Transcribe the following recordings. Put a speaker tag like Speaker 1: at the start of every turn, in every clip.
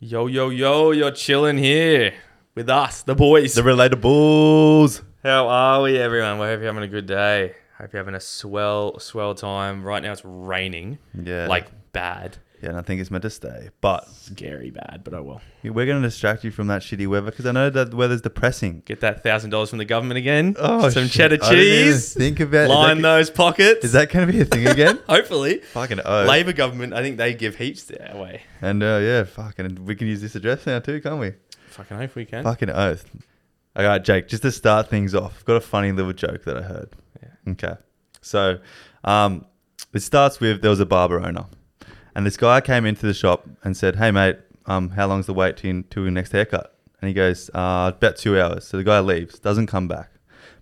Speaker 1: Yo, yo, yo, you're chilling here with us, the boys.
Speaker 2: The Relatables.
Speaker 1: How are we, everyone? We hope you're having a good day. Hope you're having a swell, swell time. Right now it's raining.
Speaker 2: Yeah.
Speaker 1: Like bad.
Speaker 2: Yeah, and I think it's meant to stay. But
Speaker 1: Scary bad, but oh well.
Speaker 2: we're going to distract you from that shitty weather because I know that weather's depressing.
Speaker 1: Get that $1,000 from the government again.
Speaker 2: Oh,
Speaker 1: Some
Speaker 2: shit.
Speaker 1: cheddar
Speaker 2: I didn't even
Speaker 1: cheese.
Speaker 2: think about- is
Speaker 1: Line
Speaker 2: that-
Speaker 1: those pockets.
Speaker 2: Is that going to be a thing again?
Speaker 1: Hopefully.
Speaker 2: fucking oh.
Speaker 1: Labor government, I think they give heaps that way.
Speaker 2: And uh, yeah, fucking, we can use this address now too, can't we?
Speaker 1: Fucking hope we can.
Speaker 2: Fucking oath. All right, Jake, just to start things off, I've got a funny little joke that I heard.
Speaker 1: Yeah.
Speaker 2: Okay. So um, it starts with there was a barber owner, and this guy came into the shop and said, Hey, mate, um, how long's the wait to, your- to your next haircut? And he goes, uh, About two hours. So the guy leaves, doesn't come back.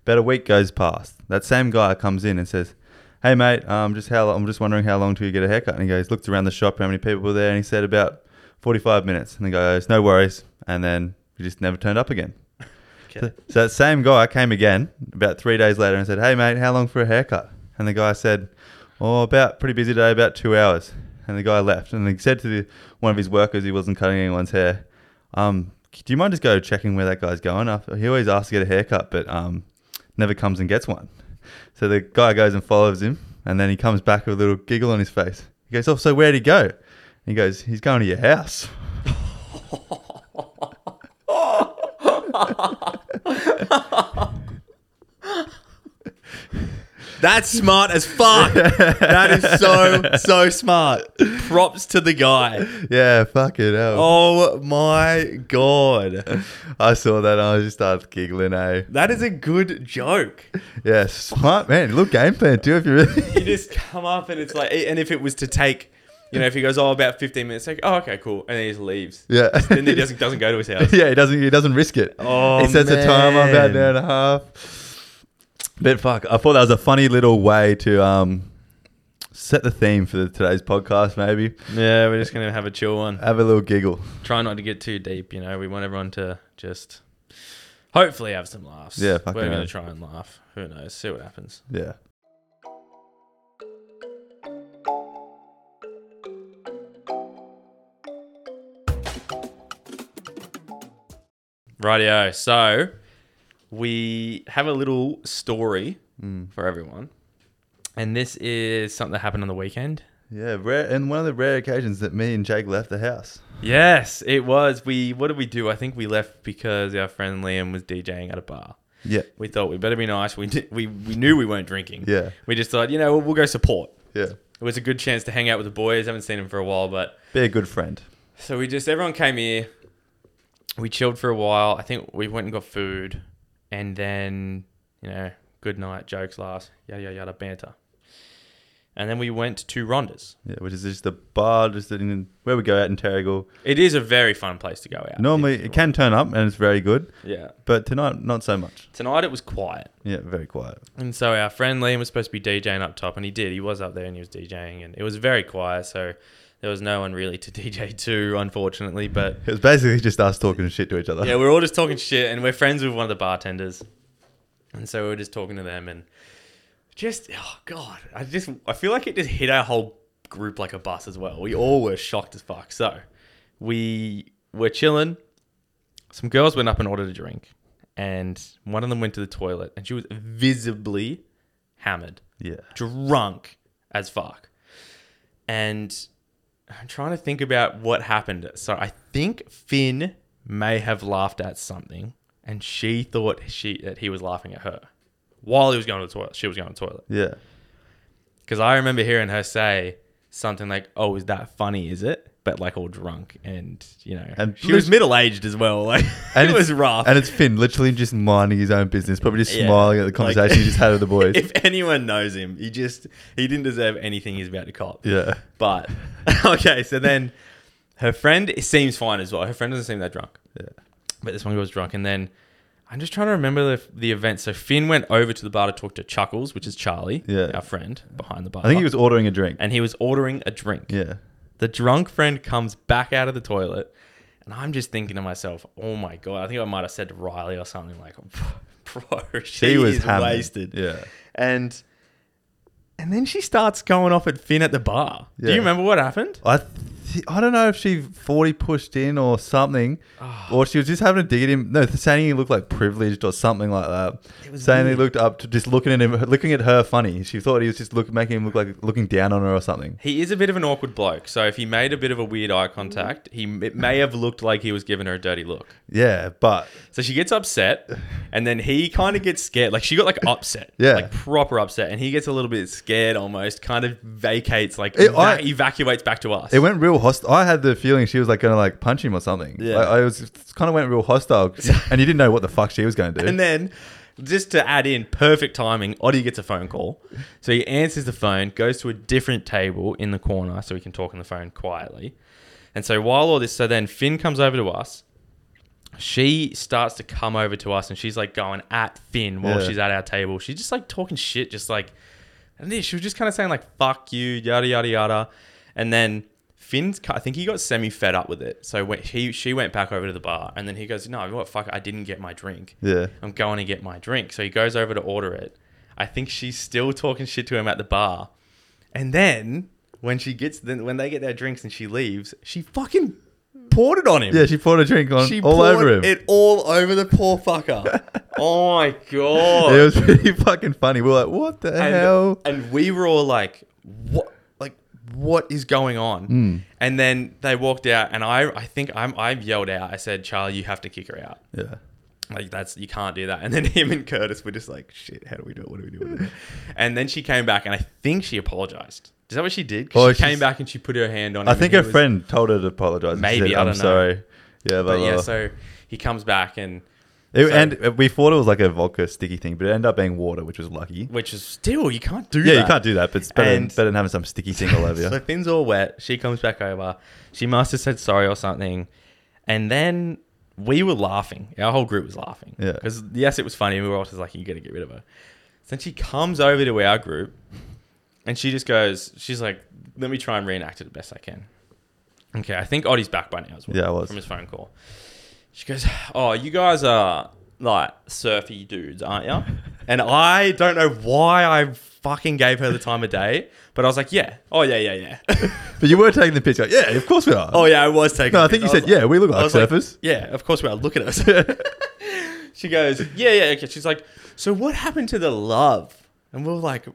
Speaker 2: About a week goes past. That same guy comes in and says, Hey, mate, um, just how, I'm just wondering how long till you get a haircut. And he goes, looked around the shop, how many people were there, and he said, About 45 minutes. And the guy goes, No worries. And then he just never turned up again.
Speaker 1: Okay.
Speaker 2: So that same guy came again about three days later and said, "Hey mate, how long for a haircut?" And the guy said, "Oh, about pretty busy today, about two hours." And the guy left and he said to the, one of his workers, he wasn't cutting anyone's hair, um, "Do you mind just go checking where that guy's going?" After he always asks to get a haircut, but um, never comes and gets one. So the guy goes and follows him, and then he comes back with a little giggle on his face. He goes, "Oh, so where'd he go?" And he goes, "He's going to your house."
Speaker 1: That's smart as fuck. that is so, so smart. Props to the guy.
Speaker 2: Yeah, fucking hell.
Speaker 1: Oh my god.
Speaker 2: I saw that and I just started giggling, eh?
Speaker 1: That is a good joke.
Speaker 2: Yeah, smart man. Look, game plan too. If you
Speaker 1: You
Speaker 2: really,
Speaker 1: just come up and it's like, and if it was to take, you know, if he goes, oh, about 15 minutes, like, oh, okay, cool. And then he just leaves.
Speaker 2: yeah,
Speaker 1: Then he doesn't, doesn't go to his house.
Speaker 2: yeah, he doesn't. He doesn't risk it.
Speaker 1: Oh,
Speaker 2: he sets a timer
Speaker 1: man.
Speaker 2: about an hour and a half. But fuck, I thought that was a funny little way to um set the theme for the, today's podcast. Maybe
Speaker 1: Yeah, we're just going to have a chill one.
Speaker 2: have a little giggle.
Speaker 1: Try not to get too deep, you know. We want everyone to just hopefully have some laughs.
Speaker 2: Yeah,
Speaker 1: We're
Speaker 2: fucking
Speaker 1: going to
Speaker 2: oath.
Speaker 1: try and laugh. Who knows? See what happens.
Speaker 2: Yeah.
Speaker 1: Rightio. So we have a little story for everyone. And this is something that happened on the weekend.
Speaker 2: Yeah, rare, and one of the rare occasions that me and Jake left the house.
Speaker 1: Yes, it was. We what did we do? I think we left because our friend Liam was DJing at a bar.
Speaker 2: Yeah,
Speaker 1: We thought we better be nice. We did, we we knew we weren't drinking.
Speaker 2: Yeah.
Speaker 1: We just thought, you know, we'll, we'll go support.
Speaker 2: yeah.
Speaker 1: It was a good chance to hang out with the boys. Haven't seen them for a while, but
Speaker 2: Be a good friend.
Speaker 1: so we just everyone came here. We chilled for a while. I think we went and got food, and then you know, good night, jokes, laughs, yada yada yada, banter. And then we went to Ronda's.
Speaker 2: Yeah, which is just a bar, just in, where we go out in Terrigal.
Speaker 1: It is a very fun place to go out.
Speaker 2: Normally, it can turn up and it's very good,
Speaker 1: yeah.
Speaker 2: but tonight, not so much.
Speaker 1: Tonight it was quiet.
Speaker 2: Yeah, very quiet.
Speaker 1: And so our friend Liam was supposed to be DJing up top, and he did. He was up there and he was DJing, and it was very quiet. So there was no one really to DJ to, unfortunately. But
Speaker 2: It was basically just us talking shit to each other.
Speaker 1: yeah, we're all just talking shit, and we're friends with one of the bartenders, and so we were just talking to them, and just oh god, I just I feel like it just hit our whole group like a bus as well. We all were shocked as fuck. So we were chilling. Some girls went up and ordered a drink, and one of them went to the toilet, and she was visibly hammered
Speaker 2: yeah.
Speaker 1: drunk as fuck. And I'm trying to think about what happened. So I think Finn may have laughed at something, and she thought she that he was laughing at her while he was going to the toilet. She was going to the toilet
Speaker 2: Yeah.
Speaker 1: because I remember hearing her say something like, "Oh, is that funny? Is it?" But like all drunk, and you know,
Speaker 2: And
Speaker 1: she was middle aged as well. Like
Speaker 2: And
Speaker 1: it
Speaker 2: it's-
Speaker 1: was rough.
Speaker 2: And it's Finn literally just minding his own business, probably just
Speaker 1: Yeah.
Speaker 2: smiling at the
Speaker 1: Like-
Speaker 2: conversation he just had with the boys.
Speaker 1: if anyone knows him, he just he didn't deserve anything he's about to cop.
Speaker 2: yeah.
Speaker 1: But okay, so then her friend seems fine as well. Her friend doesn't seem that drunk.
Speaker 2: Yeah.
Speaker 1: But this one girl's drunk, and then I'm just trying to remember the, the event. So Finn went over to the bar to talk to Chuckles, which is Charlie,
Speaker 2: Yeah.
Speaker 1: our friend behind the bar.
Speaker 2: I think he was ordering a drink.
Speaker 1: and he was ordering a drink.
Speaker 2: Yeah.
Speaker 1: The drunk friend comes back out of the toilet And I'm just thinking to myself, oh my God, I think I might have said to Riley or something like, bro, she,
Speaker 2: She was
Speaker 1: is
Speaker 2: hammered.
Speaker 1: wasted.
Speaker 2: Yeah.
Speaker 1: And and then she starts going off at Finn at the bar. Do
Speaker 2: Yeah.
Speaker 1: you remember what happened?
Speaker 2: I th- I don't know if she forty pushed in or something,
Speaker 1: Ah.
Speaker 2: or she was just having a dig at him. No, saying he looked like privileged or something like that.
Speaker 1: It was
Speaker 2: saying
Speaker 1: weird.
Speaker 2: he looked up to just looking at him, looking at her funny. She thought he was just look, making him look like looking down on her or something.
Speaker 1: He is a bit of an awkward bloke. So if he made a bit of a weird eye contact, he it may have looked like he was giving her a dirty look.
Speaker 2: Yeah, but
Speaker 1: So she gets upset, and then he kind of gets scared. Like she got like upset,
Speaker 2: Yeah.
Speaker 1: like proper upset, and he gets a little bit scared almost. Kind of vacates, like
Speaker 2: It-
Speaker 1: eva-
Speaker 2: I-
Speaker 1: evacuates back to us.
Speaker 2: it went real hostile. I had the feeling she was like gonna like punch him or something.
Speaker 1: Yeah.
Speaker 2: Like, I was kind of went real hostile, and you didn't know what the fuck she was gonna do.
Speaker 1: and then, just to add in perfect timing, Oddie gets a phone call. So he answers the phone, goes to a different table in the corner so he can talk on the phone quietly. And so while all this, so then Finn comes over to us. She starts to come over to us and she's like going at Finn while
Speaker 2: Yeah.
Speaker 1: she's at our table. She's just like talking shit, just like, and then she was just kind of saying like "fuck you," yada yada yada, and then Finn's. ki- I think he got semi fed up with it, so when he she went back over to the bar, and then he goes, "No, what fuck? I didn't get my drink.
Speaker 2: yeah,
Speaker 1: I'm going to get my drink. So he goes over to order it. I think she's still talking shit to him at the bar. And then when she gets then when they get their drinks and she leaves, she fucking poured it on him.
Speaker 2: yeah, she poured a drink on
Speaker 1: she
Speaker 2: all over
Speaker 1: poured
Speaker 2: him.
Speaker 1: It all over the poor fucker. oh my god.
Speaker 2: It was pretty fucking funny. We were like, what the
Speaker 1: and,
Speaker 2: hell?
Speaker 1: and we were all like, what like what is going on?
Speaker 2: Hmm.
Speaker 1: And then they walked out and I I think I'm I yelled out. I said, Charlie, you have to kick her out.
Speaker 2: Yeah.
Speaker 1: Like that's you can't do that. And then him and Curtis were just like, shit, how do we do it? What do we do? What do we do? and then she came back and I think she apologized. Is that what she did? 'Cause
Speaker 2: Oh,
Speaker 1: she came
Speaker 2: she's-
Speaker 1: back and she put her hand on him.
Speaker 2: I
Speaker 1: and
Speaker 2: think
Speaker 1: he
Speaker 2: her
Speaker 1: was-
Speaker 2: friend told her to apologize.
Speaker 1: Maybe,
Speaker 2: she said,
Speaker 1: I
Speaker 2: I'm
Speaker 1: don't know."
Speaker 2: sorry. Yeah, blah,
Speaker 1: But
Speaker 2: blah,
Speaker 1: yeah,
Speaker 2: blah.
Speaker 1: so he comes back and
Speaker 2: It-
Speaker 1: so-
Speaker 2: and we thought it was like a vodka sticky thing, but it ended up being water, which was lucky.
Speaker 1: which is still you can't do
Speaker 2: Yeah,
Speaker 1: that.
Speaker 2: you can't do that, but it's better, than,
Speaker 1: And-
Speaker 2: better than having some sticky thing all over you.
Speaker 1: So Finn's all wet. She comes back over. She must have said sorry or something. And then we were laughing. Our whole group was laughing.
Speaker 2: Yeah.
Speaker 1: Because, yes, it was funny. We were all just like, you got to get rid of her. Then she comes over to our group and she just goes, she's like, let me try and reenact it the best I can. Okay, I think Oddie's back by now as well.
Speaker 2: Yeah, I was.
Speaker 1: From his phone call. She goes, oh, you guys are like surfy dudes, aren't you? And I don't know why I fucking gave her the time of day, but I was like, yeah. Oh, yeah, yeah, yeah.
Speaker 2: But you were taking the picture. Like, yeah, of course we are.
Speaker 1: Oh yeah, I was taking.
Speaker 2: No,
Speaker 1: a
Speaker 2: I think
Speaker 1: piss.
Speaker 2: you said,
Speaker 1: was
Speaker 2: "Yeah, we look
Speaker 1: I was
Speaker 2: like surfers."
Speaker 1: yeah, of course we are. Look at us. she goes, yeah, yeah. Okay. She's like, so what happened to the love? And we're like,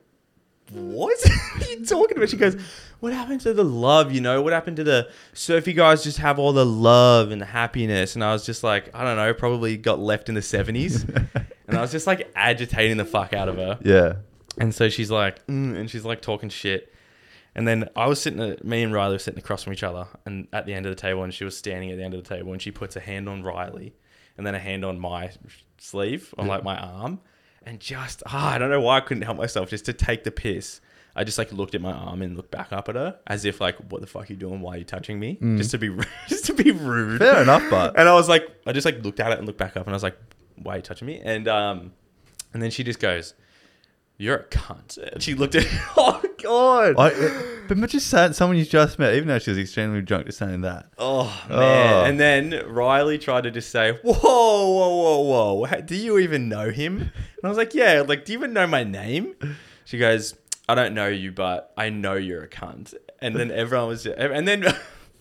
Speaker 1: what are you talking about? She goes, what happened to the love? You know, what happened to the surfy guys? Just have all the love and the happiness. And I was just like, I don't know, probably got left in the seventies. and I was just like agitating the fuck out of her.
Speaker 2: Yeah.
Speaker 1: And so she's like, mm, and she's like talking shit. And then I was sitting, at, me and Riley were sitting across from each other, and at the end of the table, and she was standing at the end of the table, and she puts a hand on Riley, and then a hand on my sleeve, on like my arm, and just ah, I don't know why I couldn't help myself just to take the piss. I just like looked at my arm and looked back up at her as if like, what the fuck are you doing? Why are you touching me? Just to be, ru- just to be rude.
Speaker 2: Fair enough, but-
Speaker 1: And I was like, I just like looked at it and looked back up, and I was like, why are you touching me? And um, and then she just goes. You're a cunt. And she looked at Oh god.
Speaker 2: I, but just saying, someone you just met, even though she was extremely drunk, just saying that.
Speaker 1: Oh man!
Speaker 2: Oh.
Speaker 1: And then Riley tried to just say, "Whoa, whoa, whoa, whoa! How- Do you even know him?" And I was like, "Yeah, like, do you even know my name?" She goes, "I don't know you, but I know you're a cunt." And then everyone was, and then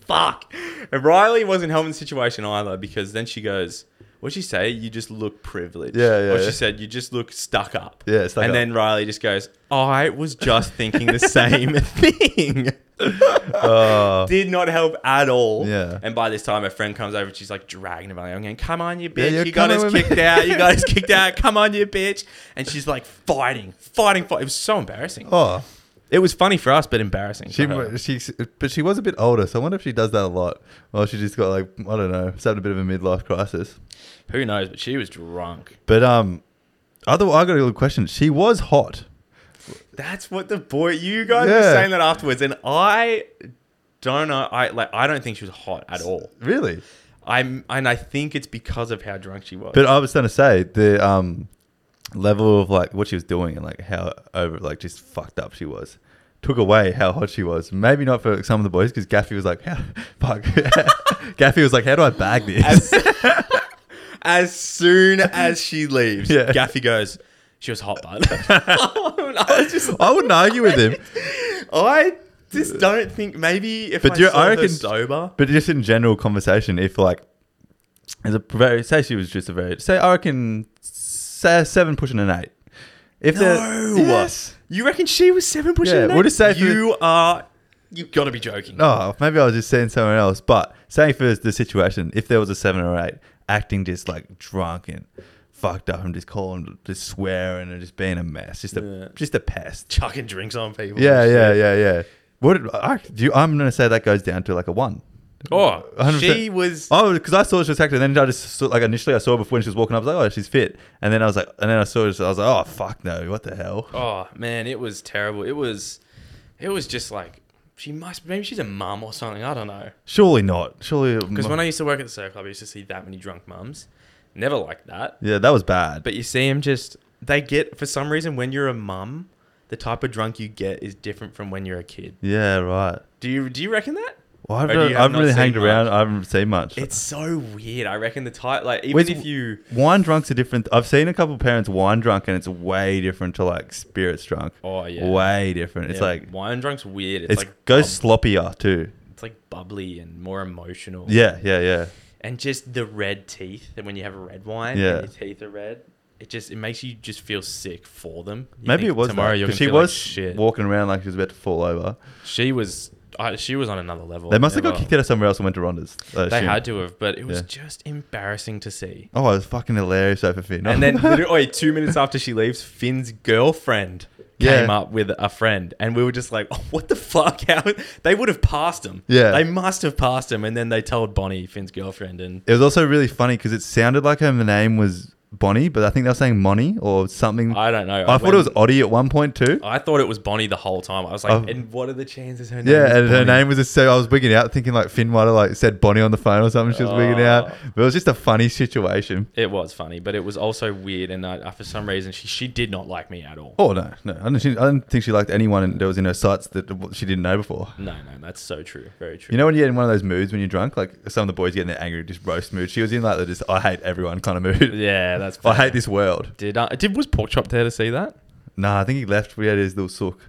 Speaker 1: fuck, And Riley wasn't helping the situation either because then she goes, "What'd she say? You just look privileged."
Speaker 2: Yeah, yeah,
Speaker 1: Or she
Speaker 2: yeah.
Speaker 1: said, "You just look stuck up."
Speaker 2: Yeah, stuck
Speaker 1: and
Speaker 2: up.
Speaker 1: then Riley just goes, "I was just thinking the same thing."
Speaker 2: Oh.
Speaker 1: did not help at all.
Speaker 2: Yeah.
Speaker 1: And by this time, her friend comes over and she's like dragging him. I'm going, come on, you
Speaker 2: Yeah,
Speaker 1: bitch.
Speaker 2: you're
Speaker 1: you got
Speaker 2: coming
Speaker 1: us
Speaker 2: with me."
Speaker 1: kicked out. You got us kicked out. Come on, you bitch. And she's like fighting, fighting, fight. It was so embarrassing.
Speaker 2: oh.
Speaker 1: It was funny for us, but embarrassing.
Speaker 2: She,
Speaker 1: for her.
Speaker 2: she, but she was a bit older, so I wonder if she does that a lot. Or she just got like, I don't know, just had a bit of a midlife crisis.
Speaker 1: Who knows? But she was drunk.
Speaker 2: But um, other I got a good question. She was hot.
Speaker 1: That's what the boy. You guys were
Speaker 2: Yeah.
Speaker 1: saying that afterwards, and I don't know. I like. I don't think she was hot at all.
Speaker 2: Really?
Speaker 1: I'm, and I think it's because of how drunk she was.
Speaker 2: But I was going to say the um level of like what she was doing and like how over like just fucked up she was. took away how hot she was. Maybe not for some of the boys because Gaffy was like, how, fuck. Gaffy was like, how do I bag this?
Speaker 1: As, as soon as she leaves,
Speaker 2: Yeah.
Speaker 1: Gaffy goes, she was hot, bud. I was just
Speaker 2: I wouldn't argue with him.
Speaker 1: I just don't think maybe if
Speaker 2: But
Speaker 1: I,
Speaker 2: do you-
Speaker 1: saw
Speaker 2: I
Speaker 1: her
Speaker 2: reckon-
Speaker 1: sober.
Speaker 2: But just in general conversation, if like, as a very say she was just a very say I reckon say a seven pushing an eight. If they're- yes.
Speaker 1: You reckon she was seven pushing?
Speaker 2: Yeah,
Speaker 1: an eight?
Speaker 2: we'll just say if
Speaker 1: you are. You gotta be joking.
Speaker 2: Oh, maybe I was just saying someone else, but saying for the situation, if there was a seven or eight, acting just like drunk and fucked up and just calling, just swearing and just being a mess, just a
Speaker 1: Yeah.
Speaker 2: just a pest.
Speaker 1: Chucking drinks on people.
Speaker 2: Yeah,
Speaker 1: and
Speaker 2: yeah,
Speaker 1: shit.
Speaker 2: yeah, yeah. What I, do you, I'm gonna say that goes down to like a one.
Speaker 1: Oh,
Speaker 2: 100%.
Speaker 1: she was.
Speaker 2: Oh, because I saw she was acting. Then I just saw, like initially I saw her before when she was walking up. I was like, oh, she's fit. And then I was like, and then I saw her. so I was like, oh fuck no, what the hell?
Speaker 1: Oh man, it was terrible. It was. It was just like she must. Maybe she's a mum or something. I don't know.
Speaker 2: Surely not. Surely
Speaker 1: Because when I used to work at the surf club, I used to see that many drunk mums. Never like that.
Speaker 2: yeah, that was bad.
Speaker 1: But you see them just. They get for some reason when you're a mum, the type of drunk you get is different from when you're a kid.
Speaker 2: yeah, right.
Speaker 1: Do you do you reckon that?
Speaker 2: Well, I've,
Speaker 1: Or do
Speaker 2: really,
Speaker 1: you have
Speaker 2: I've
Speaker 1: not
Speaker 2: really
Speaker 1: seen
Speaker 2: hanged
Speaker 1: much?
Speaker 2: around. I haven't seen much.
Speaker 1: It's so weird. I reckon the type, like, even
Speaker 2: Where's-
Speaker 1: if you,
Speaker 2: wine drunks are different. I've seen a couple parents wine drunk, and it's way different to like spirits drunk.
Speaker 1: oh yeah,
Speaker 2: Way different. It's
Speaker 1: Yeah,
Speaker 2: like
Speaker 1: wine drunk's weird. It's,
Speaker 2: it's
Speaker 1: like
Speaker 2: goes
Speaker 1: bub-
Speaker 2: sloppier too.
Speaker 1: it's like bubbly and more emotional.
Speaker 2: Yeah, yeah, yeah.
Speaker 1: and just the red teeth. And when you have a red wine,
Speaker 2: Yeah.
Speaker 1: and your teeth are red. It just it makes you just feel sick for them. You
Speaker 2: Maybe
Speaker 1: think
Speaker 2: it was
Speaker 1: tomorrow.
Speaker 2: tomorrow.
Speaker 1: you're gonna
Speaker 2: Because she
Speaker 1: feel like
Speaker 2: was
Speaker 1: shit.
Speaker 2: walking around like she was about to fall over.
Speaker 1: she was, I, she was on another level.
Speaker 2: They must have
Speaker 1: Yeah,
Speaker 2: got
Speaker 1: well,
Speaker 2: kicked out of somewhere else and went to Ronda's. I
Speaker 1: They
Speaker 2: assume.
Speaker 1: had to have, but it was
Speaker 2: Yeah.
Speaker 1: just embarrassing to see.
Speaker 2: Oh, it was fucking hilarious over Finn.
Speaker 1: And then, literally, wait, two minutes after she leaves, Finn's girlfriend came
Speaker 2: Yeah.
Speaker 1: up with a friend, and we were just like, oh, "What the fuck? How they would have passed him?
Speaker 2: Yeah.
Speaker 1: they must have passed him." And then they told Bonnie, Finn's girlfriend, and
Speaker 2: it was also really funny because it sounded like her name was Bonnie, but I think they were saying Monty or something. I,
Speaker 1: I don't know.
Speaker 2: thought it was Oddie at one point too.
Speaker 1: I thought it was Bonnie the whole time. I was like,
Speaker 2: Oh.
Speaker 1: "And what are the chances her name?"
Speaker 2: yeah,
Speaker 1: is
Speaker 2: and her
Speaker 1: Bonnie?"
Speaker 2: name was just so I was wigging out, thinking like Finn might have like said Bonnie on the phone or something. She was wigging out,
Speaker 1: Oh.
Speaker 2: but it was just a funny situation.
Speaker 1: It was funny, but it was also weird, and I, I, for some reason, she she did not like me at all.
Speaker 2: Oh no, no, I didn't, she, I didn't think she liked anyone that was in her sights that she didn't know before.
Speaker 1: No, no, that's so true. Very true.
Speaker 2: You know when you get in one of those moods when you're drunk, like some of the boys get in their angry, just roast mood. She was in like the just I hate everyone kind of mood.
Speaker 1: yeah, that's.
Speaker 2: I
Speaker 1: Funny.
Speaker 2: hate this world.
Speaker 1: Did uh, did was Porkchop there to see that?
Speaker 2: Nah, I think he left. We had his little sook.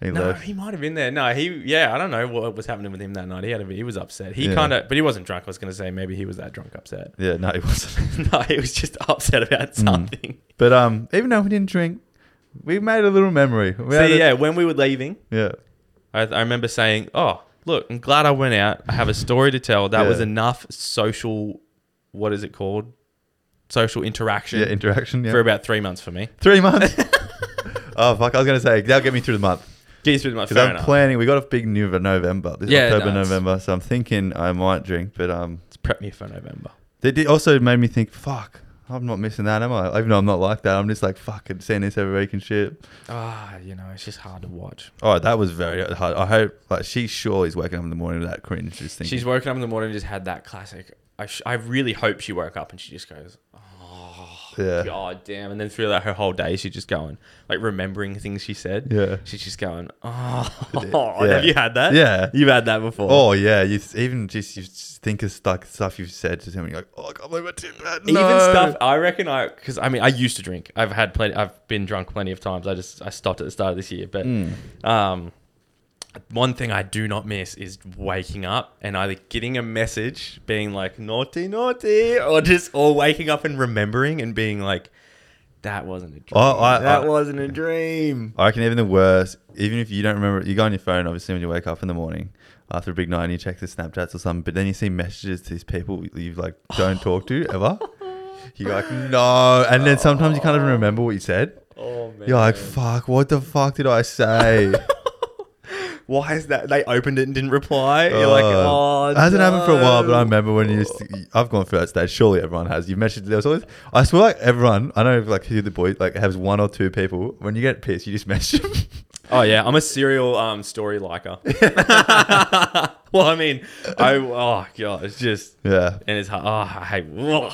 Speaker 2: He
Speaker 1: No,
Speaker 2: left.
Speaker 1: he might have been there. No, he yeah, I don't know what was happening with him that night. He had a, he was upset. He
Speaker 2: Yeah.
Speaker 1: kind of, but he wasn't drunk. I was gonna say maybe he was that drunk upset.
Speaker 2: Yeah, no, he wasn't.
Speaker 1: no, he was just upset about
Speaker 2: Mm.
Speaker 1: something.
Speaker 2: But um, even though we didn't drink, we made a little memory. We
Speaker 1: So
Speaker 2: had a-
Speaker 1: yeah, when we were leaving,
Speaker 2: yeah,
Speaker 1: I, I remember saying, "Oh, look, I'm glad I went out. I have a story to tell. That was
Speaker 2: Yeah.
Speaker 1: enough social, what is it called, social interaction
Speaker 2: yeah, interaction. Yeah,
Speaker 1: for about three months for me.
Speaker 2: three months. oh fuck! I was gonna say that'll get me through the month
Speaker 1: Get you through the month.
Speaker 2: because
Speaker 1: Fair
Speaker 2: I'm
Speaker 1: enough.
Speaker 2: planning. We got a big new November. This
Speaker 1: Yeah,
Speaker 2: October,
Speaker 1: no, it's-
Speaker 2: November. So I'm thinking I might drink, but um,
Speaker 1: Let's prep me for November.
Speaker 2: they did also made me think. Fuck, I'm not missing that, am I? Even though I'm not like that, I'm just like fucking seeing this every week and shit.
Speaker 1: Ah, you know, it's just hard to watch.
Speaker 2: Oh, that was very hard. I hope like she sure is waking up in the morning with that cringe. Just thinking.
Speaker 1: She's woken up in the morning and just had that classic. I, sh- I really hope she woke up and she just goes, oh,
Speaker 2: Yeah.
Speaker 1: God damn. And then through like, her whole day, she's just going, like remembering things she said.
Speaker 2: yeah.
Speaker 1: She's just going, oh,
Speaker 2: Yeah.
Speaker 1: have you had that?
Speaker 2: Yeah.
Speaker 1: You've had that before.
Speaker 2: Oh yeah, you s- even just you s- think of like stuff you've said to him, and you're like, oh, I can't believe I did that.
Speaker 1: Even
Speaker 2: No."
Speaker 1: stuff I reckon I because I mean I used to drink. I've had plenty. I've been drunk plenty of times. I just I stopped at the start of this year. But
Speaker 2: Mm.
Speaker 1: um, one thing I do not miss is waking up and either getting a message being like naughty naughty, or just or waking up and remembering and being like that wasn't a dream.
Speaker 2: Oh, I-
Speaker 1: that
Speaker 2: I-
Speaker 1: wasn't a dream.
Speaker 2: I reckon even the worst, even if you don't remember, you go on your phone obviously when you wake up in the morning after a big night and you check the Snapchats or something, but then you see messages to these people you like don't talk to ever. You're like, no, and then sometimes you can't even remember what you said.
Speaker 1: Oh man.
Speaker 2: You're like, fuck, what the fuck did I say?
Speaker 1: Why is that? They opened it and didn't reply. You're like, oh,
Speaker 2: Uh, it hasn't happened for a while, but I
Speaker 1: no."
Speaker 2: remember when you. Used to, I've gone through that stage. Surely everyone has. You mentioned there was always. I swear, like everyone. I know, like who the boy like has one or two people. When you get pissed, you just message them.
Speaker 1: Oh yeah, I'm a serial um, story liker. well, I mean, I oh god, it's just
Speaker 2: yeah,
Speaker 1: and it's hard. Oh, I hate. ugh.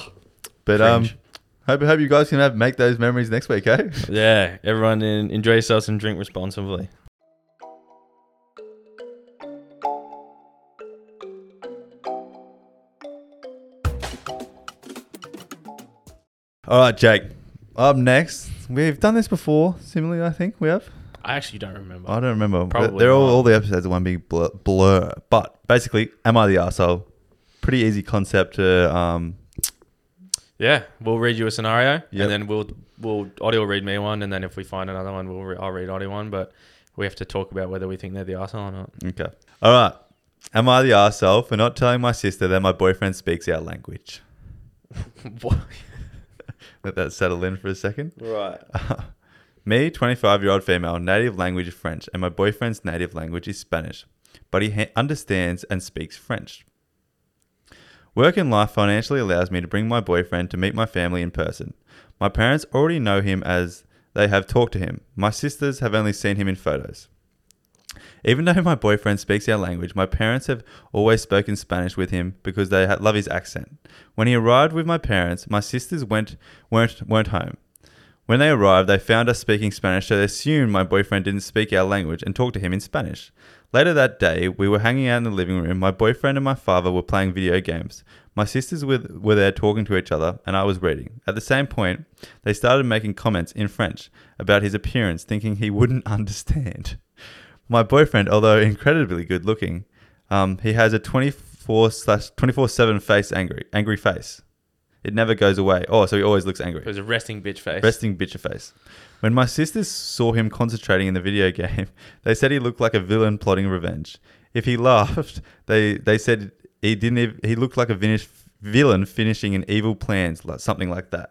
Speaker 2: but um,
Speaker 1: Cringe.
Speaker 2: hope hope you guys can have make those memories next week, eh?
Speaker 1: Yeah, everyone in, enjoy yourselves and drink responsibly.
Speaker 2: All right, Jake. Up next, we've done this before. Similarly, I think we have.
Speaker 3: I actually don't remember.
Speaker 2: I don't remember.
Speaker 1: Probably
Speaker 2: They're all,
Speaker 1: not.
Speaker 2: all the episodes are one big blur, blur. But basically, am I the arsehole? Pretty easy concept to um,
Speaker 1: Yeah, we'll read you a scenario,
Speaker 2: Yep.
Speaker 1: and then we'll we'll Audie will read me one, and then if we find another one, we'll re- I'll read Audie one. But we have to talk about whether we think they're the arsehole or not.
Speaker 2: Okay. All right. Am I the arsehole for not telling my sister that my boyfriend speaks our language? Let that settle in for a second.
Speaker 1: right.
Speaker 2: Me, 25 year old female, native language is French, and my boyfriend's native language is Spanish, but he ha- understands and speaks French. Work in life financially allows me to bring my boyfriend to meet my family in person. My parents already know him as they have talked to him. My sisters have only seen him in photos. Even though my boyfriend speaks our language, my parents have always spoken Spanish with him because they ha- love his accent. When he arrived with my parents, my sisters went weren't weren't home. When they arrived, they found us speaking Spanish, so they assumed my boyfriend didn't speak our language and talked to him in Spanish. Later that day, we were hanging out in the living room. My boyfriend and my father were playing video games. My sisters were, were there talking to each other, and I was reading. At the same point, they started making comments in French about his appearance, thinking he wouldn't understand. My boyfriend, although incredibly good looking, um, he has a 24 slash 24 7 face angry, angry face. It never goes away. Oh, so he always looks angry.
Speaker 1: It was a resting bitch face.
Speaker 2: Resting bitch face. When my sisters saw him concentrating in the video game, they said he looked like a villain plotting revenge. If he laughed, they they said he didn't. Ev- he looked like a vinish, villain finishing an evil plans, like something like that.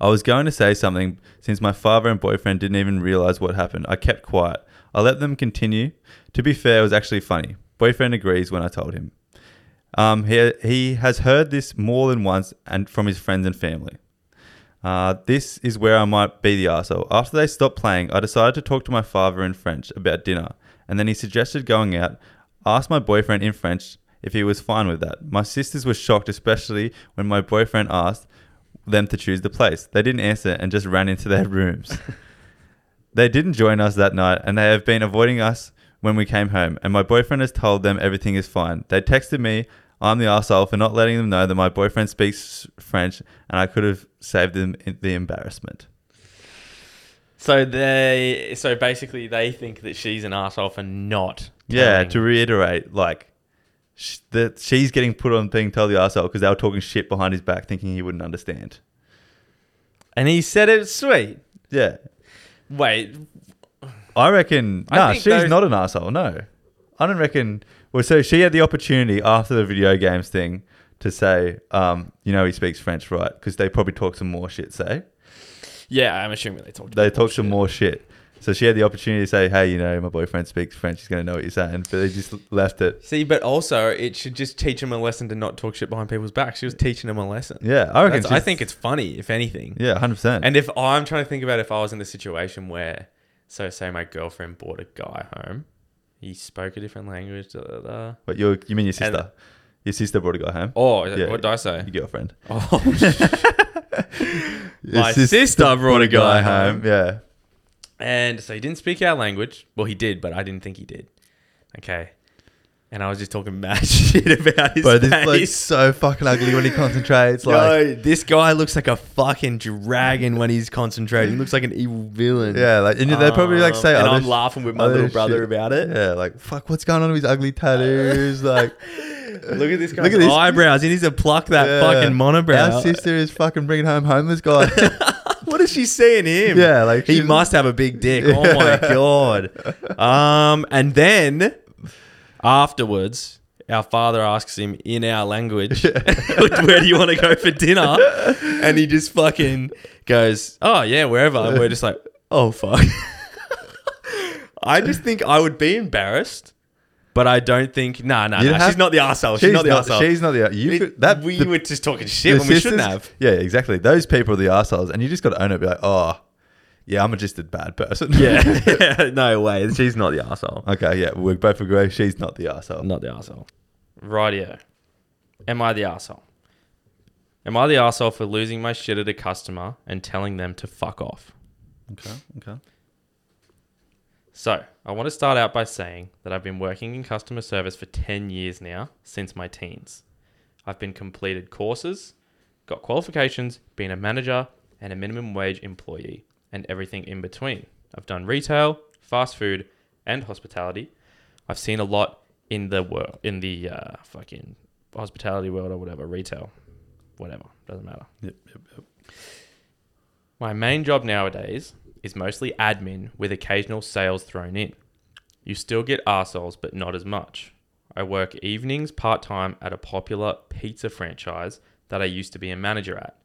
Speaker 2: I was going to say something since my father and boyfriend didn't even realize what happened. I kept quiet. I let them continue. To be fair, it was actually funny. Boyfriend agrees when I told him. Um, he, he has heard this more than once and from his friends and family. Uh, this is where I might be the arsehole. After they stopped playing, I decided to talk to my father in French about dinner, and then he suggested going out. Asked my boyfriend in French if he was fine with that. My sisters were shocked, especially when my boyfriend asked them to choose the place. They didn't answer and just ran into their rooms. they didn't join us that night, and they have been avoiding us when we came home. And my boyfriend has told them everything is fine. They texted me, "I'm the asshole for not letting them know that my boyfriend speaks French, and I could have saved them in- the embarrassment."
Speaker 1: So they, so basically, they think that she's an arsehole for not.
Speaker 2: Yeah,
Speaker 1: telling-
Speaker 2: to reiterate, like sh- that she's getting put on being told the asshole because they were talking shit behind his back, thinking he wouldn't understand.
Speaker 1: and he said it sweet.
Speaker 2: Yeah,
Speaker 1: Wait,
Speaker 2: I reckon.
Speaker 1: I
Speaker 2: nah,
Speaker 1: think
Speaker 2: she's
Speaker 1: those-
Speaker 2: not an asshole. No, I don't reckon. Well, so she had the opportunity after the video games thing to say, um, you know, he speaks French, right? Because they probably talked some more shit. Say
Speaker 1: yeah, I'm assuming they talked.
Speaker 2: they
Speaker 1: about
Speaker 2: talked
Speaker 1: that
Speaker 2: some
Speaker 1: shit.
Speaker 2: more shit. So she had the opportunity to say, hey, you know, my boyfriend speaks French. He's gonna know what you're saying. But they just left it.
Speaker 1: See, but also it should just teach him a lesson to not talk shit behind people's backs. She was teaching him a lesson.
Speaker 2: Yeah, I reckon.
Speaker 1: That's- I
Speaker 2: she's-
Speaker 1: think it's funny, if anything.
Speaker 2: Yeah, hundred percent.
Speaker 1: And if I'm trying to think about if I was in the situation where, so say my girlfriend brought a guy home, he spoke a different language, da, da, da.
Speaker 2: But you you mean your sister? your sister brought a guy home.
Speaker 1: Oh,
Speaker 2: Yeah.
Speaker 1: what did I say?
Speaker 2: Your girlfriend.
Speaker 1: Oh,
Speaker 2: Your
Speaker 1: My sister brought a guy home.
Speaker 2: Yeah.
Speaker 1: and so he didn't speak our language. Well, he did, but I didn't think he did. Okay. And I was just talking mad shit about his
Speaker 2: Bro,
Speaker 1: face.
Speaker 2: this bloke's so fucking ugly when he concentrates. Like,
Speaker 1: no, this guy looks like a fucking dragon when he's concentrating. He looks like an evil villain.
Speaker 2: Yeah, like and they probably like say,
Speaker 1: Um, and
Speaker 2: other
Speaker 1: I'm
Speaker 2: sh-
Speaker 1: laughing with my
Speaker 2: other
Speaker 1: little brother
Speaker 2: shit.
Speaker 1: about it.
Speaker 2: Yeah, like fuck, what's going on with his ugly tattoos? Like,
Speaker 1: Look at this guy's
Speaker 2: Look at this.
Speaker 1: eyebrows. He needs to pluck that
Speaker 2: yeah.
Speaker 1: fucking monobrow.
Speaker 2: Our sister is fucking bringing home homeless guy.
Speaker 1: what is she seeing him?
Speaker 2: Yeah, like,
Speaker 1: he
Speaker 2: she's-
Speaker 1: must have a big dick. Oh my god. Um, and then afterwards, our father asks him in our language, "Where do you want to go for dinner?" And he just fucking goes, "Oh yeah, wherever." And we're just like, "Oh fuck." I just think I would be embarrassed, but I don't think. Nah, nah,
Speaker 2: You'd
Speaker 1: nah.
Speaker 2: have-
Speaker 1: She's not the asshole. She's,
Speaker 2: she's
Speaker 1: not the
Speaker 2: not.
Speaker 1: arsehole.
Speaker 2: she's not the. You
Speaker 1: It-
Speaker 2: could, that
Speaker 1: we
Speaker 2: the-
Speaker 1: were just talking
Speaker 2: the
Speaker 1: shit when we shouldn't
Speaker 2: sisters-
Speaker 1: have.
Speaker 2: Yeah, exactly. Those people are the assholes, and you just got to own it. Be like, oh, yeah, I'm just a bad person.
Speaker 1: Yeah, no way. She's not the asshole.
Speaker 2: okay. Yeah, we both agree. She's not the asshole.
Speaker 1: not the asshole. Rightio. Am I the asshole? Am I the asshole for losing my shit at a customer and telling them to fuck off?
Speaker 2: Okay. Okay.
Speaker 1: So, I want to start out by saying that I've been working in customer service for 10 years now, since my teens. I've been completed courses, got qualifications, been a manager, and a minimum wage employee, and everything in between. I've done retail, fast food, and hospitality. I've seen a lot in the world, in the uh, fucking hospitality world or whatever, retail, whatever, doesn't matter.
Speaker 2: Yep, yep, yep.
Speaker 1: My main job nowadays is mostly admin with occasional sales thrown in. You still get arseholes, but not as much. I work evenings part time at a popular pizza franchise that I used to be a manager at.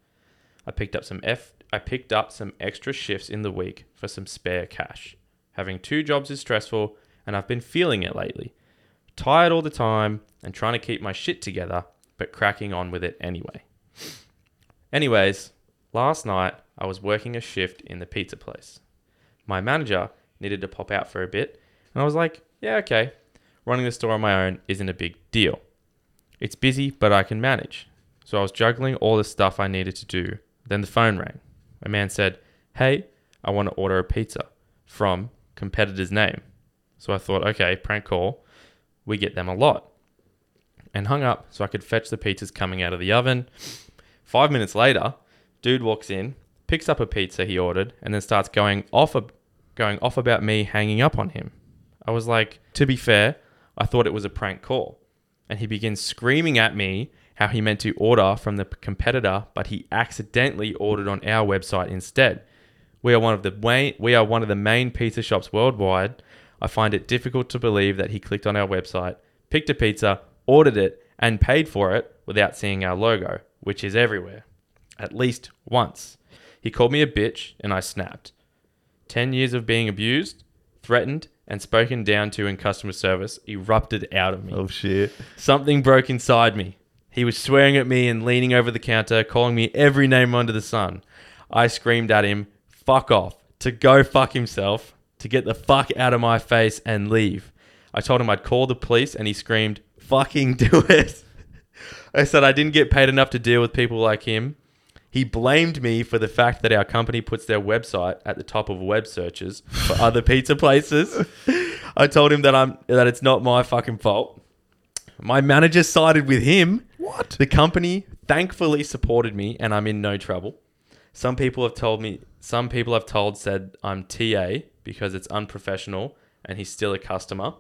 Speaker 1: I picked up some F I picked up some extra shifts in the week for some spare cash. Having two jobs is stressful and I've been feeling it lately. Tired all the time and trying to keep my shit together, but cracking on with it anyway. Anyways, last night I was working a shift in the pizza place. My manager needed to pop out for a bit, and I was like, yeah, okay. Running the store on my own isn't a big deal. It's busy, but I can manage. So I was juggling all the stuff I needed to do. Then the phone rang. A man said, Hey, I want to order a pizza from competitor's name. So I thought, okay, prank call. We get them a lot. And hung up so I could fetch the pizzas coming out of the oven. Five minutes later, dude walks in, picks up a pizza he ordered, and then starts going off, ab- going off about me hanging up on him. I was like, to be fair, I thought it was a prank call. And he begins screaming at me how he meant to order from the p- competitor, but he accidentally ordered on our website instead. We are one of the main, we are one of the main pizza shops worldwide. I find it difficult to believe that he clicked on our website, picked a pizza, ordered it, and paid for it without seeing our logo, which is everywhere, at least once. He called me a bitch, and I snapped. 10 years of being abused, threatened, and spoken down to in customer service erupted out of me.
Speaker 2: Oh shit.
Speaker 1: Something broke inside me. He was swearing at me and leaning over the counter, calling me every name under the sun. I screamed at him, fuck off, to go fuck himself, to get the fuck out of my face and leave. I told him I'd call the police and he screamed, fucking do it. I said I didn't get paid enough to deal with people like him. He blamed me for the fact that our company puts their website at the top of web searches for other pizza places. I told him that I'm that it's not my fucking fault. My manager sided with him.
Speaker 2: What?
Speaker 1: The company thankfully supported me and I'm in no trouble. Some people have told me some people I've told said I'm TA because it's unprofessional and he's still a customer.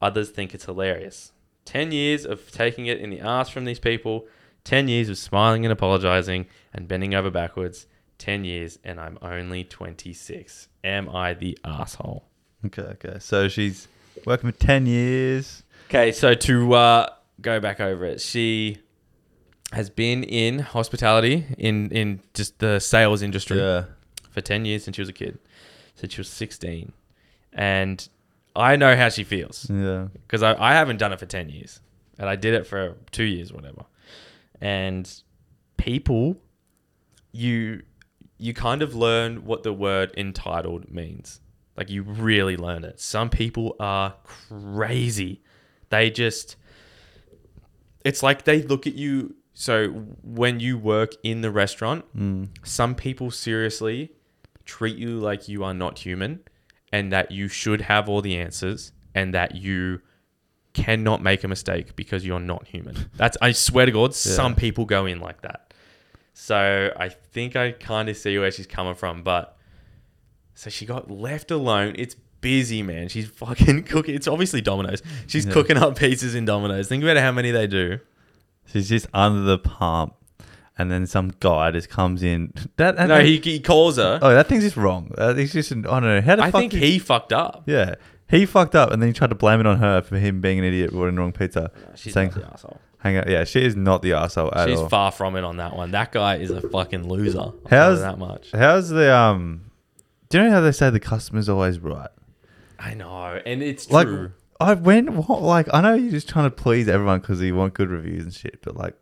Speaker 1: Others think it's hilarious. 10 years of taking it in the ass from these people, 10 years of smiling and apologizing and bending over backwards, 10 years and I'm only 26. Am I the asshole?
Speaker 2: Okay, okay. So she's working for ten years.
Speaker 1: Okay, so to uh, go back over it, she has been in hospitality in in just the sales industry
Speaker 2: Yeah.
Speaker 1: for ten years since she was a kid, since she was sixteen, and I know how she feels
Speaker 2: Yeah.
Speaker 1: because I, I haven't done it for 10 years and I did it for two years, whatever. And people, you, you kind of learn what the word entitled means. Like you really learn it. Some people are crazy. They just, it's like they look at you. So when you work in the restaurant,
Speaker 2: Mm.
Speaker 1: some people seriously treat you like you are not human and that you should have all the answers and that you cannot make a mistake because you're not human. That's I swear to God, some people go in like that. So I think I kind of see where she's coming from, but so she got left alone. It's busy, man. She's fucking cooking. It's obviously Domino's. She's
Speaker 2: Yeah.
Speaker 1: cooking up pizzas in Domino's. Think about how many they do.
Speaker 2: She's just under the pump, and then some guy just comes in. That, that
Speaker 1: No, he, he calls her.
Speaker 2: Oh, that thing's just wrong. Uh, he's just. I don't know how the
Speaker 1: I
Speaker 2: fuck.
Speaker 1: think
Speaker 2: did-
Speaker 1: he fucked up.
Speaker 2: Yeah. He fucked up, and then he tried to blame it on her for him being an idiot ordering the wrong pizza.
Speaker 1: She's
Speaker 2: Saying,
Speaker 1: not the asshole.
Speaker 2: "Hang on, yeah, she is not the asshole at
Speaker 1: She's
Speaker 2: all."
Speaker 1: far from it on that one. That guy is a fucking loser. I'll tell
Speaker 2: How's-
Speaker 1: you that much?
Speaker 2: How's the um? Do you know how they say the customer's always right?
Speaker 1: I know, and it's
Speaker 2: Like,
Speaker 1: true.
Speaker 2: I when what like I know you're just trying to please everyone because you want good reviews and shit, but like,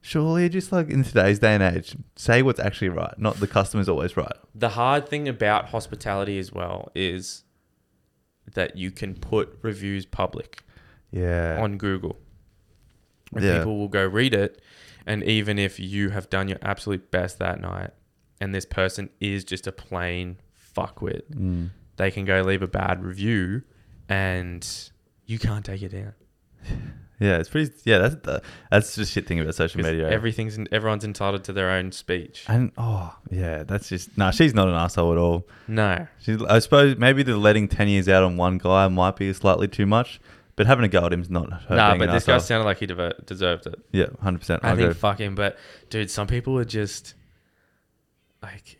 Speaker 2: surely just like in today's day and age, say what's actually right, not the customer's always right.
Speaker 1: the hard thing about hospitality as well is that you can put reviews public
Speaker 2: Yeah.
Speaker 1: on Google, and
Speaker 2: Yeah.
Speaker 1: people will go read it. And even if you have done your absolute best that night, and this person is just a plain fuckwit,
Speaker 2: Mm.
Speaker 1: they can go leave a bad review, and you can't take it down.
Speaker 2: Yeah, it's pretty. Yeah, that's the that's the shit thing about social
Speaker 1: 'Cause
Speaker 2: media.
Speaker 1: Everything's everyone's entitled to their own speech.
Speaker 2: and oh yeah, that's just nah. She's not an asshole at all.
Speaker 1: No,
Speaker 2: She, I suppose maybe the letting ten years out on one guy might be slightly too much, but having a go at him's not. Her
Speaker 1: nah,
Speaker 2: being
Speaker 1: but
Speaker 2: an
Speaker 1: this
Speaker 2: asshole.
Speaker 1: guy sounded like he dever- deserved it.
Speaker 2: Yeah, hundred percent.
Speaker 1: I think fucking, but dude, some people are just like,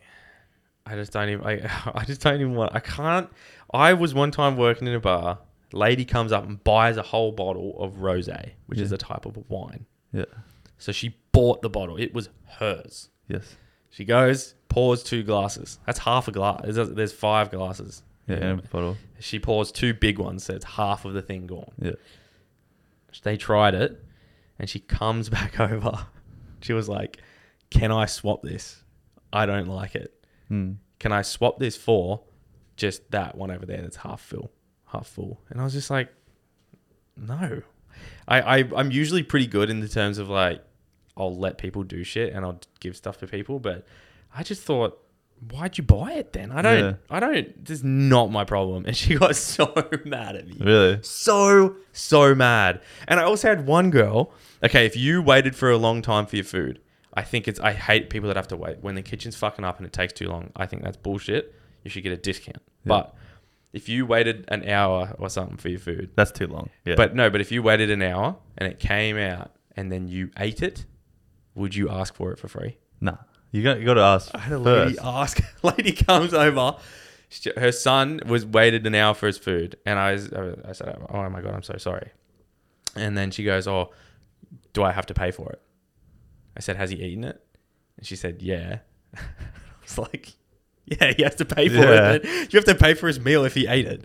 Speaker 1: I just don't even, I, I just don't even want, I can't. I was one time working in a bar, lady comes up and buys a whole bottle of rose, which is
Speaker 2: Yeah.
Speaker 1: a type of wine.
Speaker 2: Yeah.
Speaker 1: So she bought the bottle, it was hers.
Speaker 2: Yes.
Speaker 1: She goes, pours two glasses. That's half a glass. There's, there's five glasses.
Speaker 2: Yeah. In a bottle.
Speaker 1: She pours two big ones, so it's half of the thing gone.
Speaker 2: Yeah.
Speaker 1: They tried it, and she comes back over. She was like, "Can I swap this? I don't like it.
Speaker 2: Mm.
Speaker 1: Can I swap this for just that one over there that's half full, half full?" And I was just like, "No." I, I I'm usually pretty good in the terms of like I'll let people do shit and I'll give stuff to people, but I just thought. Why'd you buy it then? I don't.
Speaker 2: Yeah.
Speaker 1: I don't. This is not my problem. And she got so mad at me
Speaker 2: Really?
Speaker 1: so so mad. And I also had one girl. Okay, if you waited for a long time for your food, I think it's I hate people that have to wait when the kitchen's fucking up and it takes too long. I think that's bullshit. You should get a discount. But if you waited an hour or something for your food,
Speaker 2: That's too long. Yeah.
Speaker 1: but no, but if you waited an hour and it came out and then you ate it, would you ask for it for free?
Speaker 2: nah, you got you got to ask.
Speaker 1: I had a lady
Speaker 2: first.
Speaker 1: ask. lady comes over. She, her son was waited an hour for his food, and I, was, I said, "Oh my god, I'm so sorry." And then she goes, "Oh, do I have to pay for it?" I said, "Has he eaten it?" And she said, "Yeah." I was like, "Yeah, he has to pay for
Speaker 2: Yeah.
Speaker 1: it. man. You have to pay for his meal if he ate it."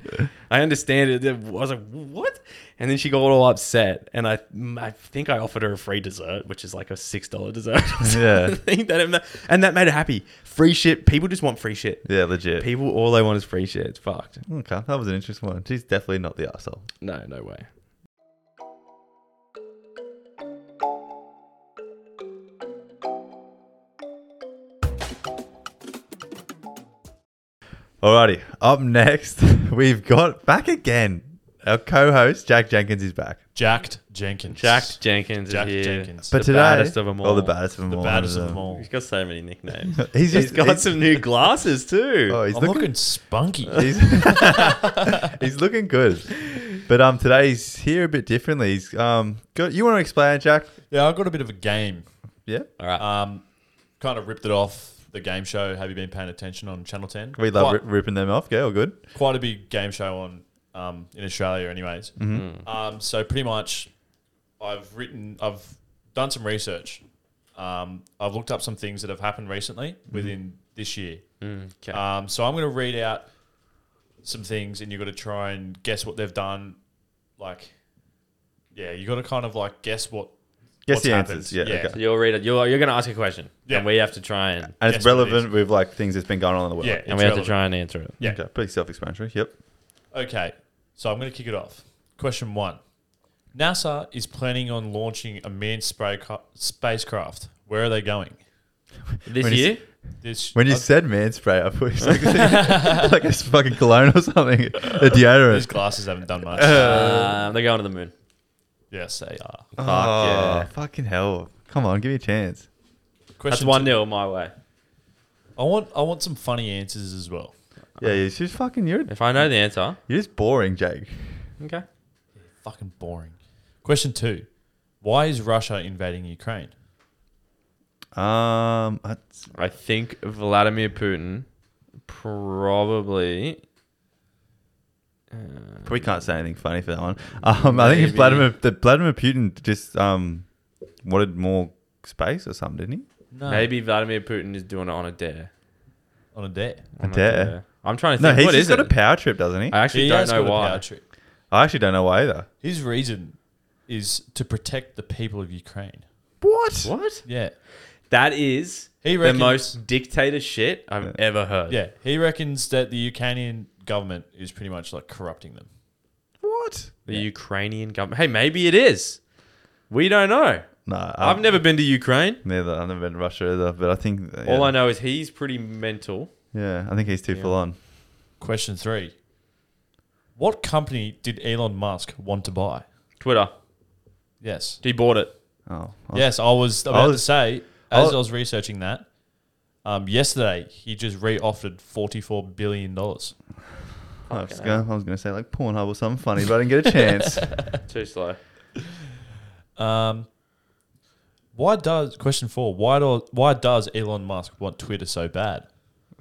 Speaker 1: I understand it. I was like, "What?" And then she got all upset, and I, I think I offered her a free dessert, which is like a six dollar dessert.
Speaker 2: Yeah.
Speaker 1: think that and that made her happy. Free shit. People just want free shit.
Speaker 2: Yeah, legit.
Speaker 1: People, all they want is free shit. It's fucked.
Speaker 2: okay, that was an interesting one. She's definitely not the asshole.
Speaker 1: No, no way.
Speaker 2: Alrighty, up next we've got back again. Our co-host Jack Jenkins is back,
Speaker 3: Jacked Jenkins.
Speaker 1: Jack Jenkins
Speaker 3: Jack
Speaker 1: is here.
Speaker 3: Jenkins.
Speaker 1: The
Speaker 2: but today,
Speaker 1: baddest of them all.
Speaker 2: Oh, the baddest of them
Speaker 3: the
Speaker 2: all.
Speaker 3: baddest of them all.
Speaker 1: He's got so many nicknames.
Speaker 2: He's just
Speaker 1: he's got some new glasses too.
Speaker 2: Oh, he's
Speaker 3: I'm
Speaker 2: looking.
Speaker 3: looking spunky.
Speaker 2: He's, he's looking good, but um, today he's here a bit differently. He's um, got, you want to explain, it, Jack?
Speaker 3: yeah, I got a bit of a game.
Speaker 2: Yeah,
Speaker 1: all right.
Speaker 3: Um, kind of ripped it off the game show. Have you been paying attention on Channel Ten?
Speaker 2: we love
Speaker 3: quite,
Speaker 2: ri- ripping them off. Yeah, all good.
Speaker 3: quite a big game show on um, in Australia, anyways.
Speaker 2: Mm-hmm.
Speaker 3: Um, so pretty much, I've written, I've done some research. Um, I've looked up some things that have happened recently
Speaker 2: Mm-hmm.
Speaker 3: within this year.
Speaker 1: okay.
Speaker 3: Um, so I'm going to read out some things, and you've got to try and guess what they've done. Like, yeah, you got to kind of like guess what.
Speaker 2: Guess
Speaker 3: what's
Speaker 2: the
Speaker 3: happened.
Speaker 2: answers. Yeah, okay.
Speaker 1: so you'll read it. You're, you're going to ask a question,
Speaker 3: Yeah.
Speaker 1: and we have to try and
Speaker 2: And it's
Speaker 3: Guess what it
Speaker 2: relevant with like things that's been going on in the world.
Speaker 3: Yeah,
Speaker 1: and
Speaker 3: it's
Speaker 1: we have
Speaker 3: relevant.
Speaker 1: to try and answer it.
Speaker 3: Yeah.
Speaker 2: Okay, pretty self-explanatory. Yep.
Speaker 3: Okay, so I'm going to kick it off. Question one: NASA is planning on launching a manned spray ca- spacecraft. Where are they going?
Speaker 1: This
Speaker 2: When he's-
Speaker 1: year,
Speaker 3: This
Speaker 2: When you
Speaker 3: uh,
Speaker 2: said man spray, I thought it was like, like a fucking cologne or something, a deodorant.
Speaker 3: uh, these glasses haven't done much.
Speaker 1: um, they're going to the moon.
Speaker 3: yes, they are.
Speaker 1: Fuck
Speaker 2: oh,
Speaker 1: yeah.
Speaker 2: fucking hell! Come on, give me a chance.
Speaker 1: That's
Speaker 3: Question
Speaker 1: one
Speaker 3: two.
Speaker 1: nil my way.
Speaker 3: I want I want some funny answers as well.
Speaker 1: Uh-huh.
Speaker 2: Yeah, yeah, she's fucking you're
Speaker 1: If I know the answer,
Speaker 2: you're just boring, Jake.
Speaker 1: okay.
Speaker 3: Fucking boring. Question two: Why is Russia invading Ukraine?
Speaker 2: Um, that's-
Speaker 1: I think Vladimir Putin probably. Uh,
Speaker 2: we can't say anything funny for that one. Um, I think
Speaker 1: Maybe.
Speaker 2: if Vladimir that Vladimir Putin just um wanted more space or something, didn't he?
Speaker 3: No,
Speaker 1: Maybe Vladimir Putin is doing it on a dare.
Speaker 3: on a dare.
Speaker 2: A
Speaker 1: On
Speaker 2: dare?
Speaker 1: I'm trying to
Speaker 2: No,
Speaker 1: think.
Speaker 2: he's
Speaker 1: what
Speaker 2: just
Speaker 1: is
Speaker 2: got
Speaker 1: it?
Speaker 2: a power trip, doesn't he?
Speaker 1: I
Speaker 2: I,
Speaker 1: actually
Speaker 3: He
Speaker 1: don't
Speaker 3: has
Speaker 1: know
Speaker 3: got a
Speaker 1: why.
Speaker 3: power trip.
Speaker 2: actually don't know why either.
Speaker 3: His reason is to protect the people of Ukraine.
Speaker 2: What?
Speaker 1: What?
Speaker 3: Yeah.
Speaker 1: That is
Speaker 3: He
Speaker 1: the
Speaker 3: reckons-
Speaker 1: most dictator shit I've ever heard.
Speaker 3: Yeah. He reckons that the Ukrainian government is pretty much like corrupting them.
Speaker 2: What?
Speaker 1: The Ukrainian government. Hey, maybe it is. We don't know.
Speaker 2: No,
Speaker 1: I've
Speaker 2: I've
Speaker 1: never been to Ukraine.
Speaker 2: um, neither. I've never been to Russia either, but I think yeah.
Speaker 1: All I know is he's pretty mental.
Speaker 2: yeah, I think he's too full on.
Speaker 3: Question three What company did Elon Musk want to buy?
Speaker 1: Twitter.
Speaker 3: Yes.
Speaker 1: He bought it.
Speaker 2: Oh,
Speaker 3: Yes, I was about
Speaker 2: was-
Speaker 3: to say,
Speaker 2: I
Speaker 3: as
Speaker 2: was-
Speaker 3: I was researching that, um, yesterday he just re-offered $44 billion. Well,
Speaker 2: I was, gonna, I was gonna say like Pornhub or something funny, but I didn't get a chance.
Speaker 1: Too slow.
Speaker 3: Um, why does question four? Why do why does Elon Musk want Twitter so bad?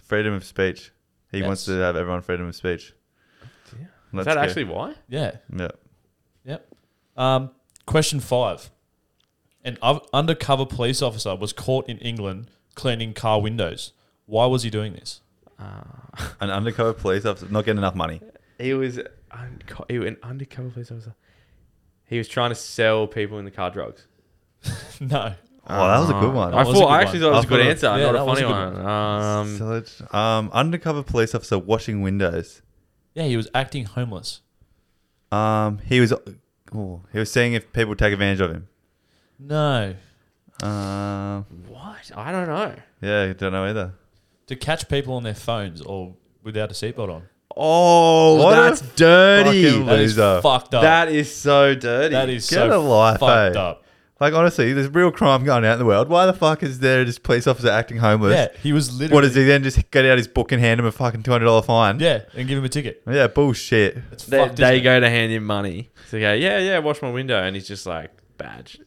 Speaker 2: freedom of speech. He wants to
Speaker 3: Yes.
Speaker 2: have everyone freedom of speech.
Speaker 1: Yeah.
Speaker 2: Let's
Speaker 1: Is that
Speaker 2: go.
Speaker 1: actually why?
Speaker 3: Yeah.
Speaker 2: Yeah.
Speaker 3: Yep. Um, question five: An u- undercover police officer was caught in England cleaning car windows. Why was he doing this?
Speaker 1: Ah.
Speaker 2: An undercover police officer not getting enough money.
Speaker 1: He was unco- he was an undercover police officer. He was trying to sell people in the car drugs.
Speaker 3: no.
Speaker 2: Oh, that was a good
Speaker 1: I
Speaker 2: one.
Speaker 3: That was
Speaker 1: thought
Speaker 3: a good
Speaker 1: I actually
Speaker 2: one.
Speaker 1: thought it was a
Speaker 2: I
Speaker 1: good
Speaker 2: thought-
Speaker 1: answer,
Speaker 3: yeah,
Speaker 1: not a
Speaker 3: that was
Speaker 1: funny
Speaker 3: a good
Speaker 1: one. Um,
Speaker 2: So it's- um, undercover police officer washing windows.
Speaker 3: Yeah, he was acting homeless.
Speaker 2: Um, he was, oh, he was seeing if people take advantage of him.
Speaker 3: No.
Speaker 2: Um,
Speaker 1: what? I don't know.
Speaker 2: yeah, I don't know either.
Speaker 3: To catch people on their phones or without a seatbelt on.
Speaker 1: Oh,
Speaker 2: What a
Speaker 1: that's dirty.
Speaker 2: fucking
Speaker 3: That is
Speaker 2: Loser.
Speaker 3: fucked up.
Speaker 1: That is so dirty.
Speaker 3: that is
Speaker 2: uh, Get a
Speaker 3: so
Speaker 2: life,
Speaker 3: fucked
Speaker 2: eh?
Speaker 3: up.
Speaker 2: Like honestly, there's real crime going out in the world. Why the fuck is there this police officer acting homeless?
Speaker 3: Yeah, he was literally.
Speaker 2: What does he then just get out his book and hand him a fucking two hundred dollar fine?
Speaker 3: Yeah, and give him a ticket.
Speaker 2: Yeah, bullshit.
Speaker 3: It's
Speaker 1: They,
Speaker 3: fucked.
Speaker 1: they
Speaker 3: isn't it?
Speaker 1: go to hand him money. So yeah, yeah, yeah. Wash my window, and he's just like badge.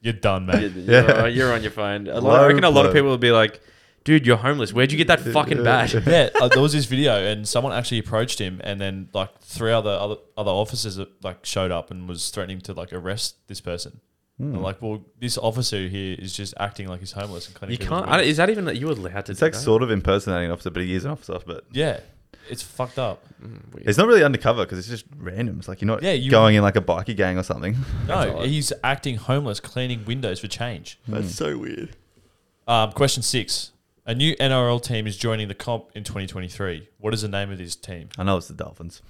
Speaker 3: You're done,
Speaker 1: You're,
Speaker 3: mate.
Speaker 1: you're
Speaker 2: Yeah.
Speaker 1: on- you're on your phone. A lot,
Speaker 2: Low
Speaker 1: I reckon a lot of
Speaker 2: blow.
Speaker 1: people will be like, "Dude, you're homeless. Where'd you get that fucking badge?"
Speaker 3: yeah, uh, there was this video, and someone actually approached him, and then like three other other, other officers uh, like showed up and was threatening to like arrest this person. And, like, well, this officer here is just acting like he's homeless and cleaning.
Speaker 1: You
Speaker 3: people's
Speaker 1: can't. I don't-
Speaker 3: windows.
Speaker 1: is that even you allowed to?
Speaker 2: It's
Speaker 1: do
Speaker 2: like
Speaker 1: that?
Speaker 2: sort of impersonating an officer, but he is an officer. But
Speaker 3: yeah, it's fucked up.
Speaker 2: it's not really undercover because it's just random. It's like you're not
Speaker 3: Yeah, you-
Speaker 2: going in like a bikie gang or something.
Speaker 3: No, he's acting homeless, cleaning windows for change.
Speaker 1: That's so weird.
Speaker 3: Um, question six: A new NRL team is joining the comp in 2023. What is the name of this team?
Speaker 2: I know it's the Dolphins.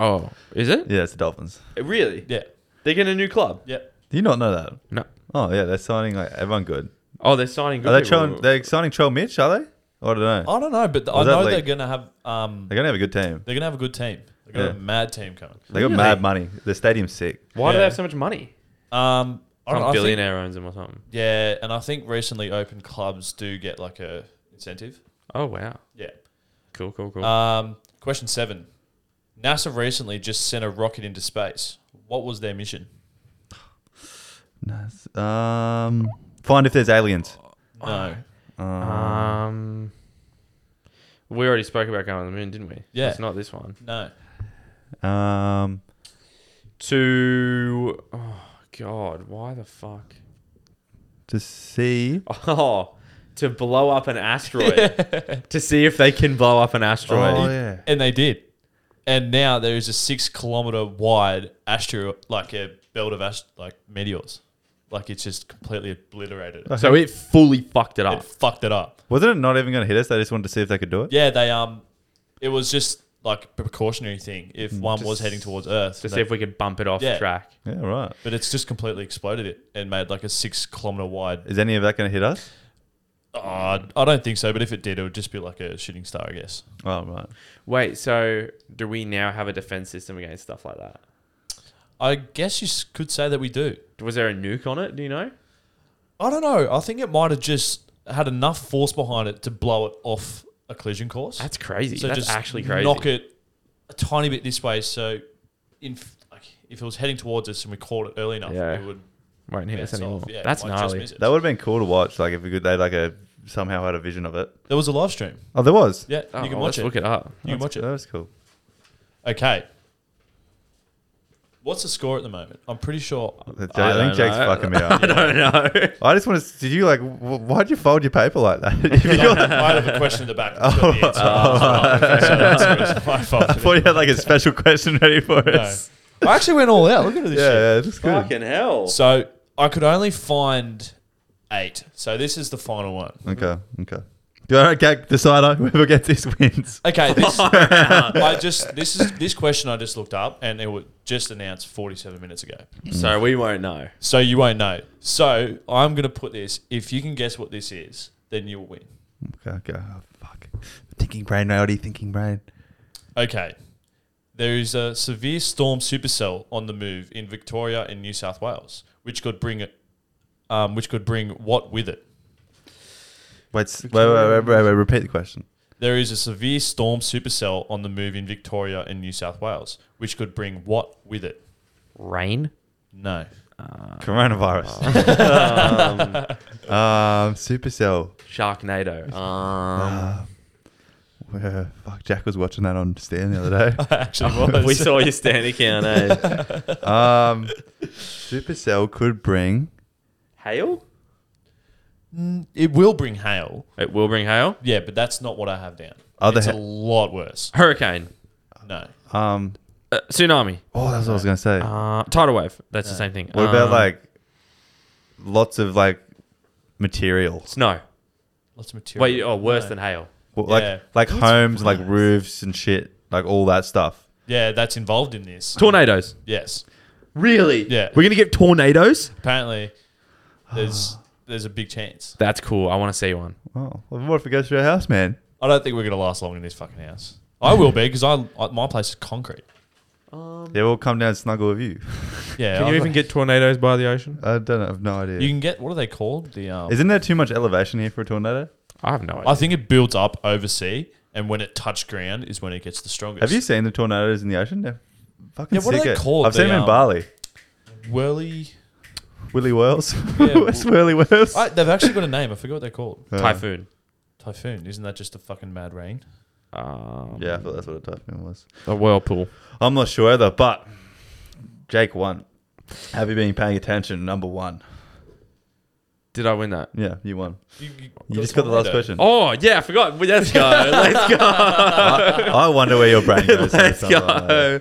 Speaker 1: Oh, is it
Speaker 2: Yeah, it's the Dolphins.
Speaker 1: really?
Speaker 3: Yeah,
Speaker 1: They're getting a new club.
Speaker 3: yeah.
Speaker 2: Do you not know that?
Speaker 1: No.
Speaker 2: Oh yeah, they're signing like everyone good.
Speaker 1: Oh, they're signing. Good
Speaker 2: Are they
Speaker 1: people.
Speaker 2: trying? They're signing Trell Mitch, are they? Oh, I don't
Speaker 1: Oh.
Speaker 2: know.
Speaker 3: I don't know, but I
Speaker 2: Was that
Speaker 3: know
Speaker 2: like-
Speaker 3: they're gonna have um,
Speaker 2: They're gonna have a good team.
Speaker 3: they're gonna have a good team. They're gonna have
Speaker 2: Yeah.
Speaker 3: a mad team coming.
Speaker 2: They got
Speaker 1: Really?
Speaker 2: mad money. The stadium's sick.
Speaker 1: Why do they
Speaker 3: Yeah.
Speaker 1: have so much money?
Speaker 3: Um, I
Speaker 1: Some
Speaker 3: don't know, I think-
Speaker 1: billionaire owns them or something.
Speaker 3: yeah, and I think recently open clubs do get like a incentive.
Speaker 1: Oh wow.
Speaker 3: Yeah.
Speaker 1: Cool, cool, cool.
Speaker 3: Um, question seven. NASA recently just sent a rocket into space. What was their mission?
Speaker 2: Nice. Um, find if there's aliens.
Speaker 3: No.
Speaker 1: um, we already spoke about going on the moon, didn't we?
Speaker 3: Yeah.
Speaker 1: It's not this one.
Speaker 3: No.
Speaker 2: Um,
Speaker 1: To oh god, why the fuck?
Speaker 2: to see.
Speaker 1: Oh, to blow up an asteroid. To see if they can blow up an asteroid.
Speaker 2: Oh yeah.
Speaker 3: And they did. And now there is a six kilometer wide asteroid, like a belt of ast- like meteors. Like it's just completely obliterated. It
Speaker 1: So it fully fucked it up.
Speaker 3: fucked it up.
Speaker 2: Wasn't it not even gonna hit us? They just wanted to see if they could do it.
Speaker 3: Yeah, they um, it was just like a precautionary thing. If one was heading towards Earth,
Speaker 1: Hmm. to
Speaker 3: they-
Speaker 1: see if we could bump it off
Speaker 3: Yeah.
Speaker 1: track.
Speaker 2: Yeah, right.
Speaker 3: but it's just completely exploded it and made like a six kilometer wide.
Speaker 2: Is any of that gonna hit us?
Speaker 3: Oh, I I don't think so, but if it did, it would just be like a shooting star, I guess.
Speaker 2: Oh right.
Speaker 1: Wait, so do we now have a defense system against stuff like that?
Speaker 3: I guess you s- could say that we do.
Speaker 1: Was there a nuke on it? Do you know?
Speaker 3: I don't know. I think it might have just had enough force behind it to blow it off a collision course.
Speaker 1: That's crazy. That's actually crazy.
Speaker 3: Knock it a tiny bit this way, so in like, if it was heading towards us and we caught it early enough,
Speaker 1: Yeah.
Speaker 3: it would
Speaker 1: Won't hit
Speaker 3: bounce
Speaker 1: us anymore.
Speaker 3: off. Yeah, it
Speaker 1: That's
Speaker 3: might just
Speaker 1: gnarly.
Speaker 3: miss it.
Speaker 2: That would have been cool to watch. Like if we could, they like a somehow had a vision of it.
Speaker 3: There was a live stream.
Speaker 2: Oh, there was.
Speaker 3: Yeah,
Speaker 1: Oh,
Speaker 3: you can
Speaker 1: well, let's
Speaker 3: watch it.
Speaker 1: look it up.
Speaker 3: You can watch
Speaker 2: That
Speaker 3: it.
Speaker 2: was cool.
Speaker 3: Okay. What's the score at the moment? I'm pretty sure.
Speaker 2: I,
Speaker 1: don't
Speaker 2: think Jake's
Speaker 1: know.
Speaker 2: fucking me up.
Speaker 1: I don't know.
Speaker 2: I just want to. Did you like? wh- Why'd you fold your paper like that? If you
Speaker 3: I
Speaker 2: got-
Speaker 3: have a question in the back. that's got the answer. So that's- it's my fault.
Speaker 2: Oh. I thought you had like a special question ready for us.
Speaker 3: No. I actually went all out. Look at this
Speaker 2: Yeah,
Speaker 3: shit.
Speaker 2: yeah, that's good.
Speaker 1: Fucking hell.
Speaker 3: So I could only find eight. So this is the final one.
Speaker 2: Okay, okay. Do I okay, decide whoever gets this wins?
Speaker 3: Okay, this I just this is this question I just looked up and it was just announced 47 minutes ago.
Speaker 1: so we won't know.
Speaker 3: So you won't know. So I'm gonna put this. If you can guess what this is, then you'll win.
Speaker 2: Okay, okay. Oh, fuck. Thinking brain, reality, thinking brain.
Speaker 3: Okay, there is a severe storm supercell on the move in Victoria and New South Wales, which could bring it, um, which could bring what with it.
Speaker 2: Wait, s- wait, wait, wait, wait, wait, repeat the question.
Speaker 3: There is a severe storm supercell on the move in Victoria and New South Wales, which could bring what with it?
Speaker 1: Rain?
Speaker 3: No.
Speaker 1: Um,
Speaker 2: Coronavirus. um, Supercell.
Speaker 1: Sharknado. Um,
Speaker 2: Uh, where- fuck, Jack was watching that on Stan the other day.
Speaker 3: Actually, was.
Speaker 1: we saw your stand account, eh?
Speaker 2: um, Supercell could bring.
Speaker 1: Hail?
Speaker 3: Mm, it will bring hail.
Speaker 1: It will bring hail.
Speaker 3: Yeah, but that's not what I have down.
Speaker 2: Other
Speaker 3: it's
Speaker 2: ha-
Speaker 3: a lot worse.
Speaker 1: Hurricane.
Speaker 3: No.
Speaker 2: Um,
Speaker 1: Uh, tsunami.
Speaker 2: oh, that's what I was gonna say.
Speaker 3: Um,
Speaker 1: Uh, tidal wave. That's the same thing.
Speaker 2: what about
Speaker 1: Um,
Speaker 2: like lots of like material,
Speaker 1: snow?
Speaker 3: Lots of material.
Speaker 1: Wait, oh, worse
Speaker 3: No.
Speaker 1: than hail.
Speaker 2: Well, like
Speaker 3: Yeah.
Speaker 2: like homes, like roofs and shit, like all that stuff.
Speaker 3: Yeah, that's involved in this.
Speaker 1: Tornadoes.
Speaker 3: Yes.
Speaker 1: Really?
Speaker 3: Yeah.
Speaker 1: We're gonna get tornadoes.
Speaker 3: Apparently, there's there's a big chance.
Speaker 1: That's cool. I want to see one.
Speaker 2: Oh, well, what if it goes through our house, man?
Speaker 3: I don't think we're gonna last long in this fucking house. I will be because I, I my place is concrete. Um,
Speaker 2: They will come down and snuggle with you.
Speaker 3: Yeah.
Speaker 4: Can
Speaker 3: I'm
Speaker 4: you
Speaker 3: like-
Speaker 4: even get tornadoes by the ocean?
Speaker 2: I don't know. I have no idea.
Speaker 3: You can get what are they called? The um,
Speaker 2: Isn't there too much elevation here for a tornado?
Speaker 1: I have no idea.
Speaker 3: I think it builds up over sea, and when it touched ground is when it gets the strongest.
Speaker 2: Have you seen the tornadoes in the ocean? They're fucking
Speaker 3: Yeah, what are
Speaker 2: sick
Speaker 3: they
Speaker 2: eh?
Speaker 3: called?
Speaker 2: I've seen
Speaker 3: They,
Speaker 2: them in
Speaker 3: um,
Speaker 2: Bali.
Speaker 3: Whirly.
Speaker 2: Willy Whirls.
Speaker 3: Yeah,
Speaker 2: West Whirly Whirls.
Speaker 3: I, they've actually got a name. I forget what they're called.
Speaker 2: Uh,
Speaker 1: Typhoon.
Speaker 3: Typhoon. Isn't that just a fucking mad rain?
Speaker 1: Um,
Speaker 2: Yeah, I thought that's what a typhoon was.
Speaker 1: A whirlpool.
Speaker 2: I'm not sure either, but Jake won. Have you been paying attention? Number one.
Speaker 1: Did I win that?
Speaker 2: Yeah, you won.
Speaker 3: You,
Speaker 2: You just got the last
Speaker 3: tornado.
Speaker 2: question.
Speaker 1: Oh yeah, I forgot. Well, Let's go. Let's go.
Speaker 2: I, I wonder where your brain goes.
Speaker 1: Let's
Speaker 2: sometimes.
Speaker 1: go.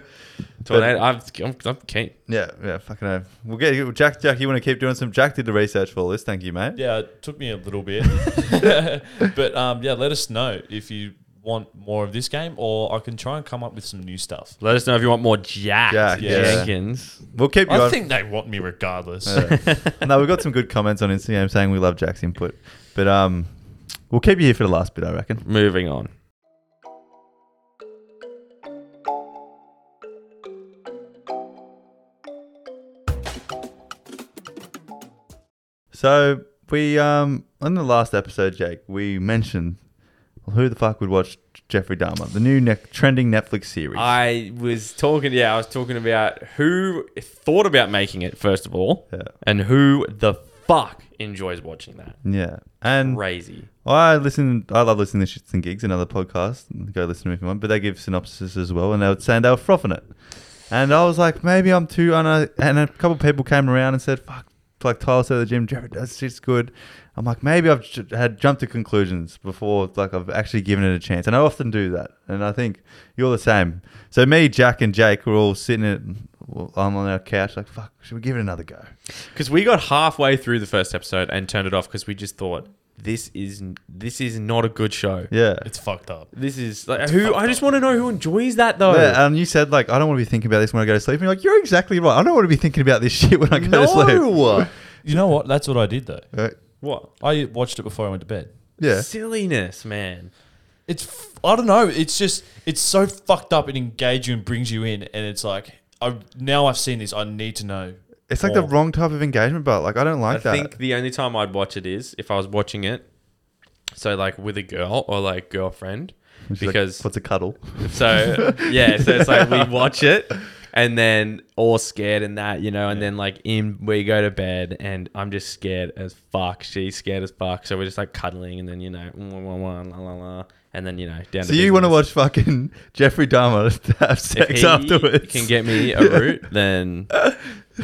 Speaker 1: Tornado. I'm, I'm, I'm keen.
Speaker 2: Yeah, yeah, fucking hell. We'll get Jack. Jack, you want to keep doing some? Jack did the research for all this. Thank you, mate.
Speaker 3: Yeah, it took me a little bit, but um, yeah, let us know if you want more of this game, or I can try and come up with some new stuff.
Speaker 1: Let us know if you want more Jack
Speaker 2: Jack,
Speaker 3: yeah.
Speaker 1: Jenkins.
Speaker 2: We'll keep you
Speaker 3: I
Speaker 2: on.
Speaker 3: think they want me regardless.
Speaker 2: Yeah. no, we've got some good comments on Instagram saying we love Jack's input, but um, we'll keep you here for the last bit, I reckon.
Speaker 1: Moving on.
Speaker 2: So we um, on the last episode, Jake, we mentioned who the fuck would watch Jeffrey Dahmer, the new ne- trending Netflix series.
Speaker 1: I was talking. Yeah, I was talking about who thought about making it first of all,
Speaker 2: yeah,
Speaker 1: and who the fuck enjoys watching that.
Speaker 2: yeah, and
Speaker 1: Crazy.
Speaker 2: I listen. I love listening to Shits and Gigs, another podcast. Go listen to it if you want. But they give synopsis as well, and they were saying they were frothing it. And I was like, maybe I'm too. And, I, and a couple people came around and said, "Fuck." Like Tyler said at the gym, Jared does shit's good. I'm like, maybe I've j- had jumped to conclusions before. Like I've actually given it a chance, and I often do that. And I think you're the same. So me, Jack, and Jake were all sitting. At, well, I'm on our couch, like, fuck, should we give it another go?
Speaker 1: Because we got halfway through the first episode and turned it off because we just thought this is this is not a good show.
Speaker 2: Yeah.
Speaker 3: it's fucked up.
Speaker 1: This is like who I just want to know who enjoys that
Speaker 3: Oh.
Speaker 1: though.
Speaker 2: Yeah, uh, and um, you said like I don't want to be thinking about this when I go to sleep. And you're like, you're exactly right. I don't want to be thinking about this shit when I go to sleep.
Speaker 1: No.
Speaker 3: You know what? That's what I did though.
Speaker 2: Uh,
Speaker 1: What?
Speaker 3: I watched it before I went to bed.
Speaker 2: yeah.
Speaker 1: Silliness, man.
Speaker 3: It's f- I don't know. It's just it's so fucked up. It engages you and brings you in, and it's like I now I've seen this. I need to know.
Speaker 2: It's like the
Speaker 3: more.
Speaker 2: wrong type of engagement, but like I don't like
Speaker 1: I
Speaker 2: that.
Speaker 1: think the only time I'd watch it is if I was watching it, so like with a girl or like girlfriend,
Speaker 2: Which is like,
Speaker 1: because
Speaker 2: what's a cuddle?
Speaker 1: so yeah, so it's like we watch it and then all scared and that you know, and then like in we go to bed and I'm just scared as fuck. She's scared as fuck, so we're just like cuddling and then you know, mm, wah, wah, wah, la la la, and then you know down.
Speaker 2: So you want to
Speaker 1: business.
Speaker 2: watch fucking Jeffrey Dahmer to have
Speaker 1: If
Speaker 2: sex
Speaker 1: he
Speaker 2: afterwards?
Speaker 1: can get me a root, then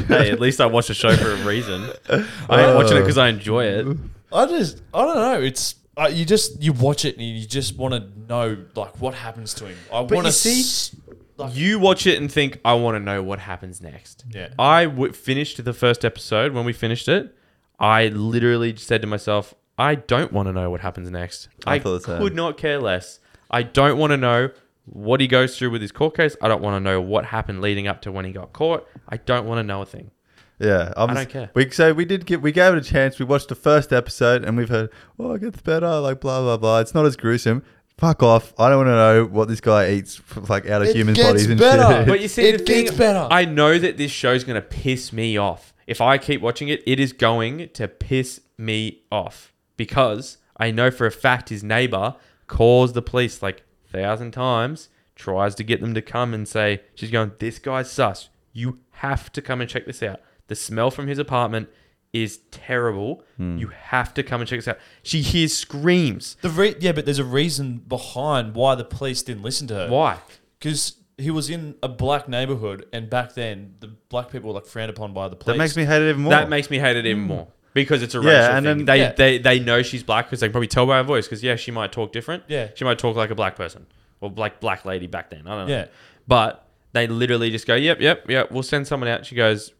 Speaker 1: hey, at least I watched the show for a reason. I ain't
Speaker 2: Uh.
Speaker 1: watching it because I enjoy it.
Speaker 3: I just I don't know. It's uh, you just you watch it and you just want to know like what happens to him. I
Speaker 1: But
Speaker 3: want
Speaker 1: you
Speaker 3: to
Speaker 1: see-
Speaker 3: like,
Speaker 1: You watch it and think, I want to know what happens next.
Speaker 3: Yeah.
Speaker 1: I w- finished the first episode when we finished it. I literally said to myself, I don't want to know what happens next.
Speaker 2: I
Speaker 1: I,
Speaker 2: thought the same.
Speaker 1: could not care less. I don't want to know what he goes through with his court case. I don't want to know what happened leading up to when he got caught. I don't want to know a thing.
Speaker 2: yeah, I'm
Speaker 1: I don't care.
Speaker 2: We, so we did get we gave it a chance. We watched the first episode and we've heard, oh, it gets better, like blah blah blah. It's not as gruesome. fuck off. I don't want to know what this guy eats f- like out of
Speaker 3: It
Speaker 2: human
Speaker 3: gets
Speaker 2: bodies and
Speaker 3: better.
Speaker 2: shit.
Speaker 1: But you see,
Speaker 3: It
Speaker 1: the thing,
Speaker 3: gets better.
Speaker 1: I know that this show's gonna piss me off. If I keep watching it, it is going to piss me off because I know for a fact his neighbor calls the police like thousand times, tries to get them to come and say she's going. This guy's sus. You have to come and check this out. The smell from his apartment is terrible.
Speaker 3: Hmm.
Speaker 1: You have to come and check this out. She hears screams.
Speaker 3: The re- yeah, but there's a reason behind why the police didn't listen to her.
Speaker 1: Why?
Speaker 3: Because he was in a black neighborhood, and back then the black people were like frowned upon by the police.
Speaker 2: that makes me hate it even more. Mm.
Speaker 1: That makes me hate it even more because it's a
Speaker 2: Yeah,
Speaker 1: racial
Speaker 2: and
Speaker 1: thing.
Speaker 2: then-
Speaker 1: they,
Speaker 3: Yeah.
Speaker 1: they they know she's black because they can probably tell by her voice. Because yeah, she might talk different.
Speaker 3: Yeah.
Speaker 1: she might talk like a black person or like black lady back then. I don't know.
Speaker 3: Yeah.
Speaker 1: but they literally just go, yep, yep, yep. We'll send someone out. She goes,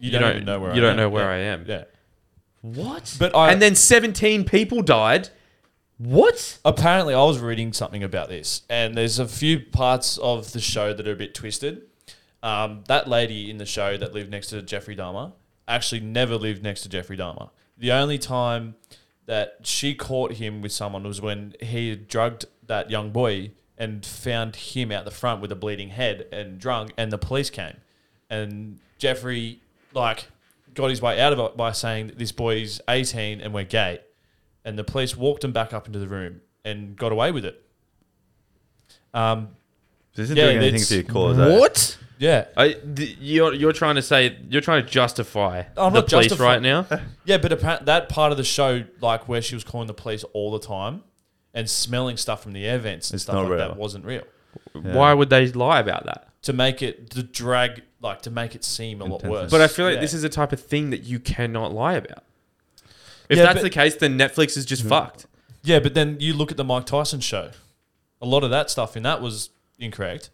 Speaker 3: you, don't, even know where
Speaker 1: you
Speaker 3: I
Speaker 1: don't
Speaker 3: am.
Speaker 1: know where
Speaker 3: Yeah.
Speaker 1: I am.
Speaker 3: Yeah.
Speaker 1: What?
Speaker 3: But I-
Speaker 1: and then seventeen people died. What?
Speaker 3: apparently I was reading something about this, and there's a few parts of the show that are a bit twisted. Um, that lady in the show that lived next to Jeffrey Dahmer actually never lived next to Jeffrey Dahmer. The only time that she caught him with someone was when he had drugged that young boy and found him out the front with a bleeding head and drunk, and the police came. And Jeffrey, like, got his way out of it by saying that this boy's 18 and we're gay and the police walked him back up into the room and got away with it. Um,
Speaker 2: This isn't
Speaker 3: Yeah,
Speaker 2: doing anything
Speaker 3: it's-
Speaker 2: to your cause. eh?
Speaker 1: What?
Speaker 3: yeah,
Speaker 1: I, th- you're you're trying to say you're trying to justify
Speaker 3: I'm
Speaker 1: the
Speaker 3: not
Speaker 1: police
Speaker 3: justify-
Speaker 1: right now.
Speaker 3: yeah, but apparent that part of the show, like where she was calling the police all the time and smelling stuff from the air vents and
Speaker 2: It's
Speaker 3: stuff
Speaker 2: not
Speaker 3: like
Speaker 2: real.
Speaker 3: that, wasn't real.
Speaker 1: Why would they lie about that?
Speaker 3: To make it to drag, like to make it seem a lot
Speaker 2: Intense.
Speaker 3: worse.
Speaker 1: But I feel like
Speaker 3: Yeah.
Speaker 1: this is a type of thing that you cannot lie about. If
Speaker 3: Yeah,
Speaker 1: that's
Speaker 3: but- Mm-hmm.
Speaker 1: the case, then Netflix is just fucked.
Speaker 3: yeah. But then you look at the Mike Tyson show. A lot of that stuff in that was incorrect.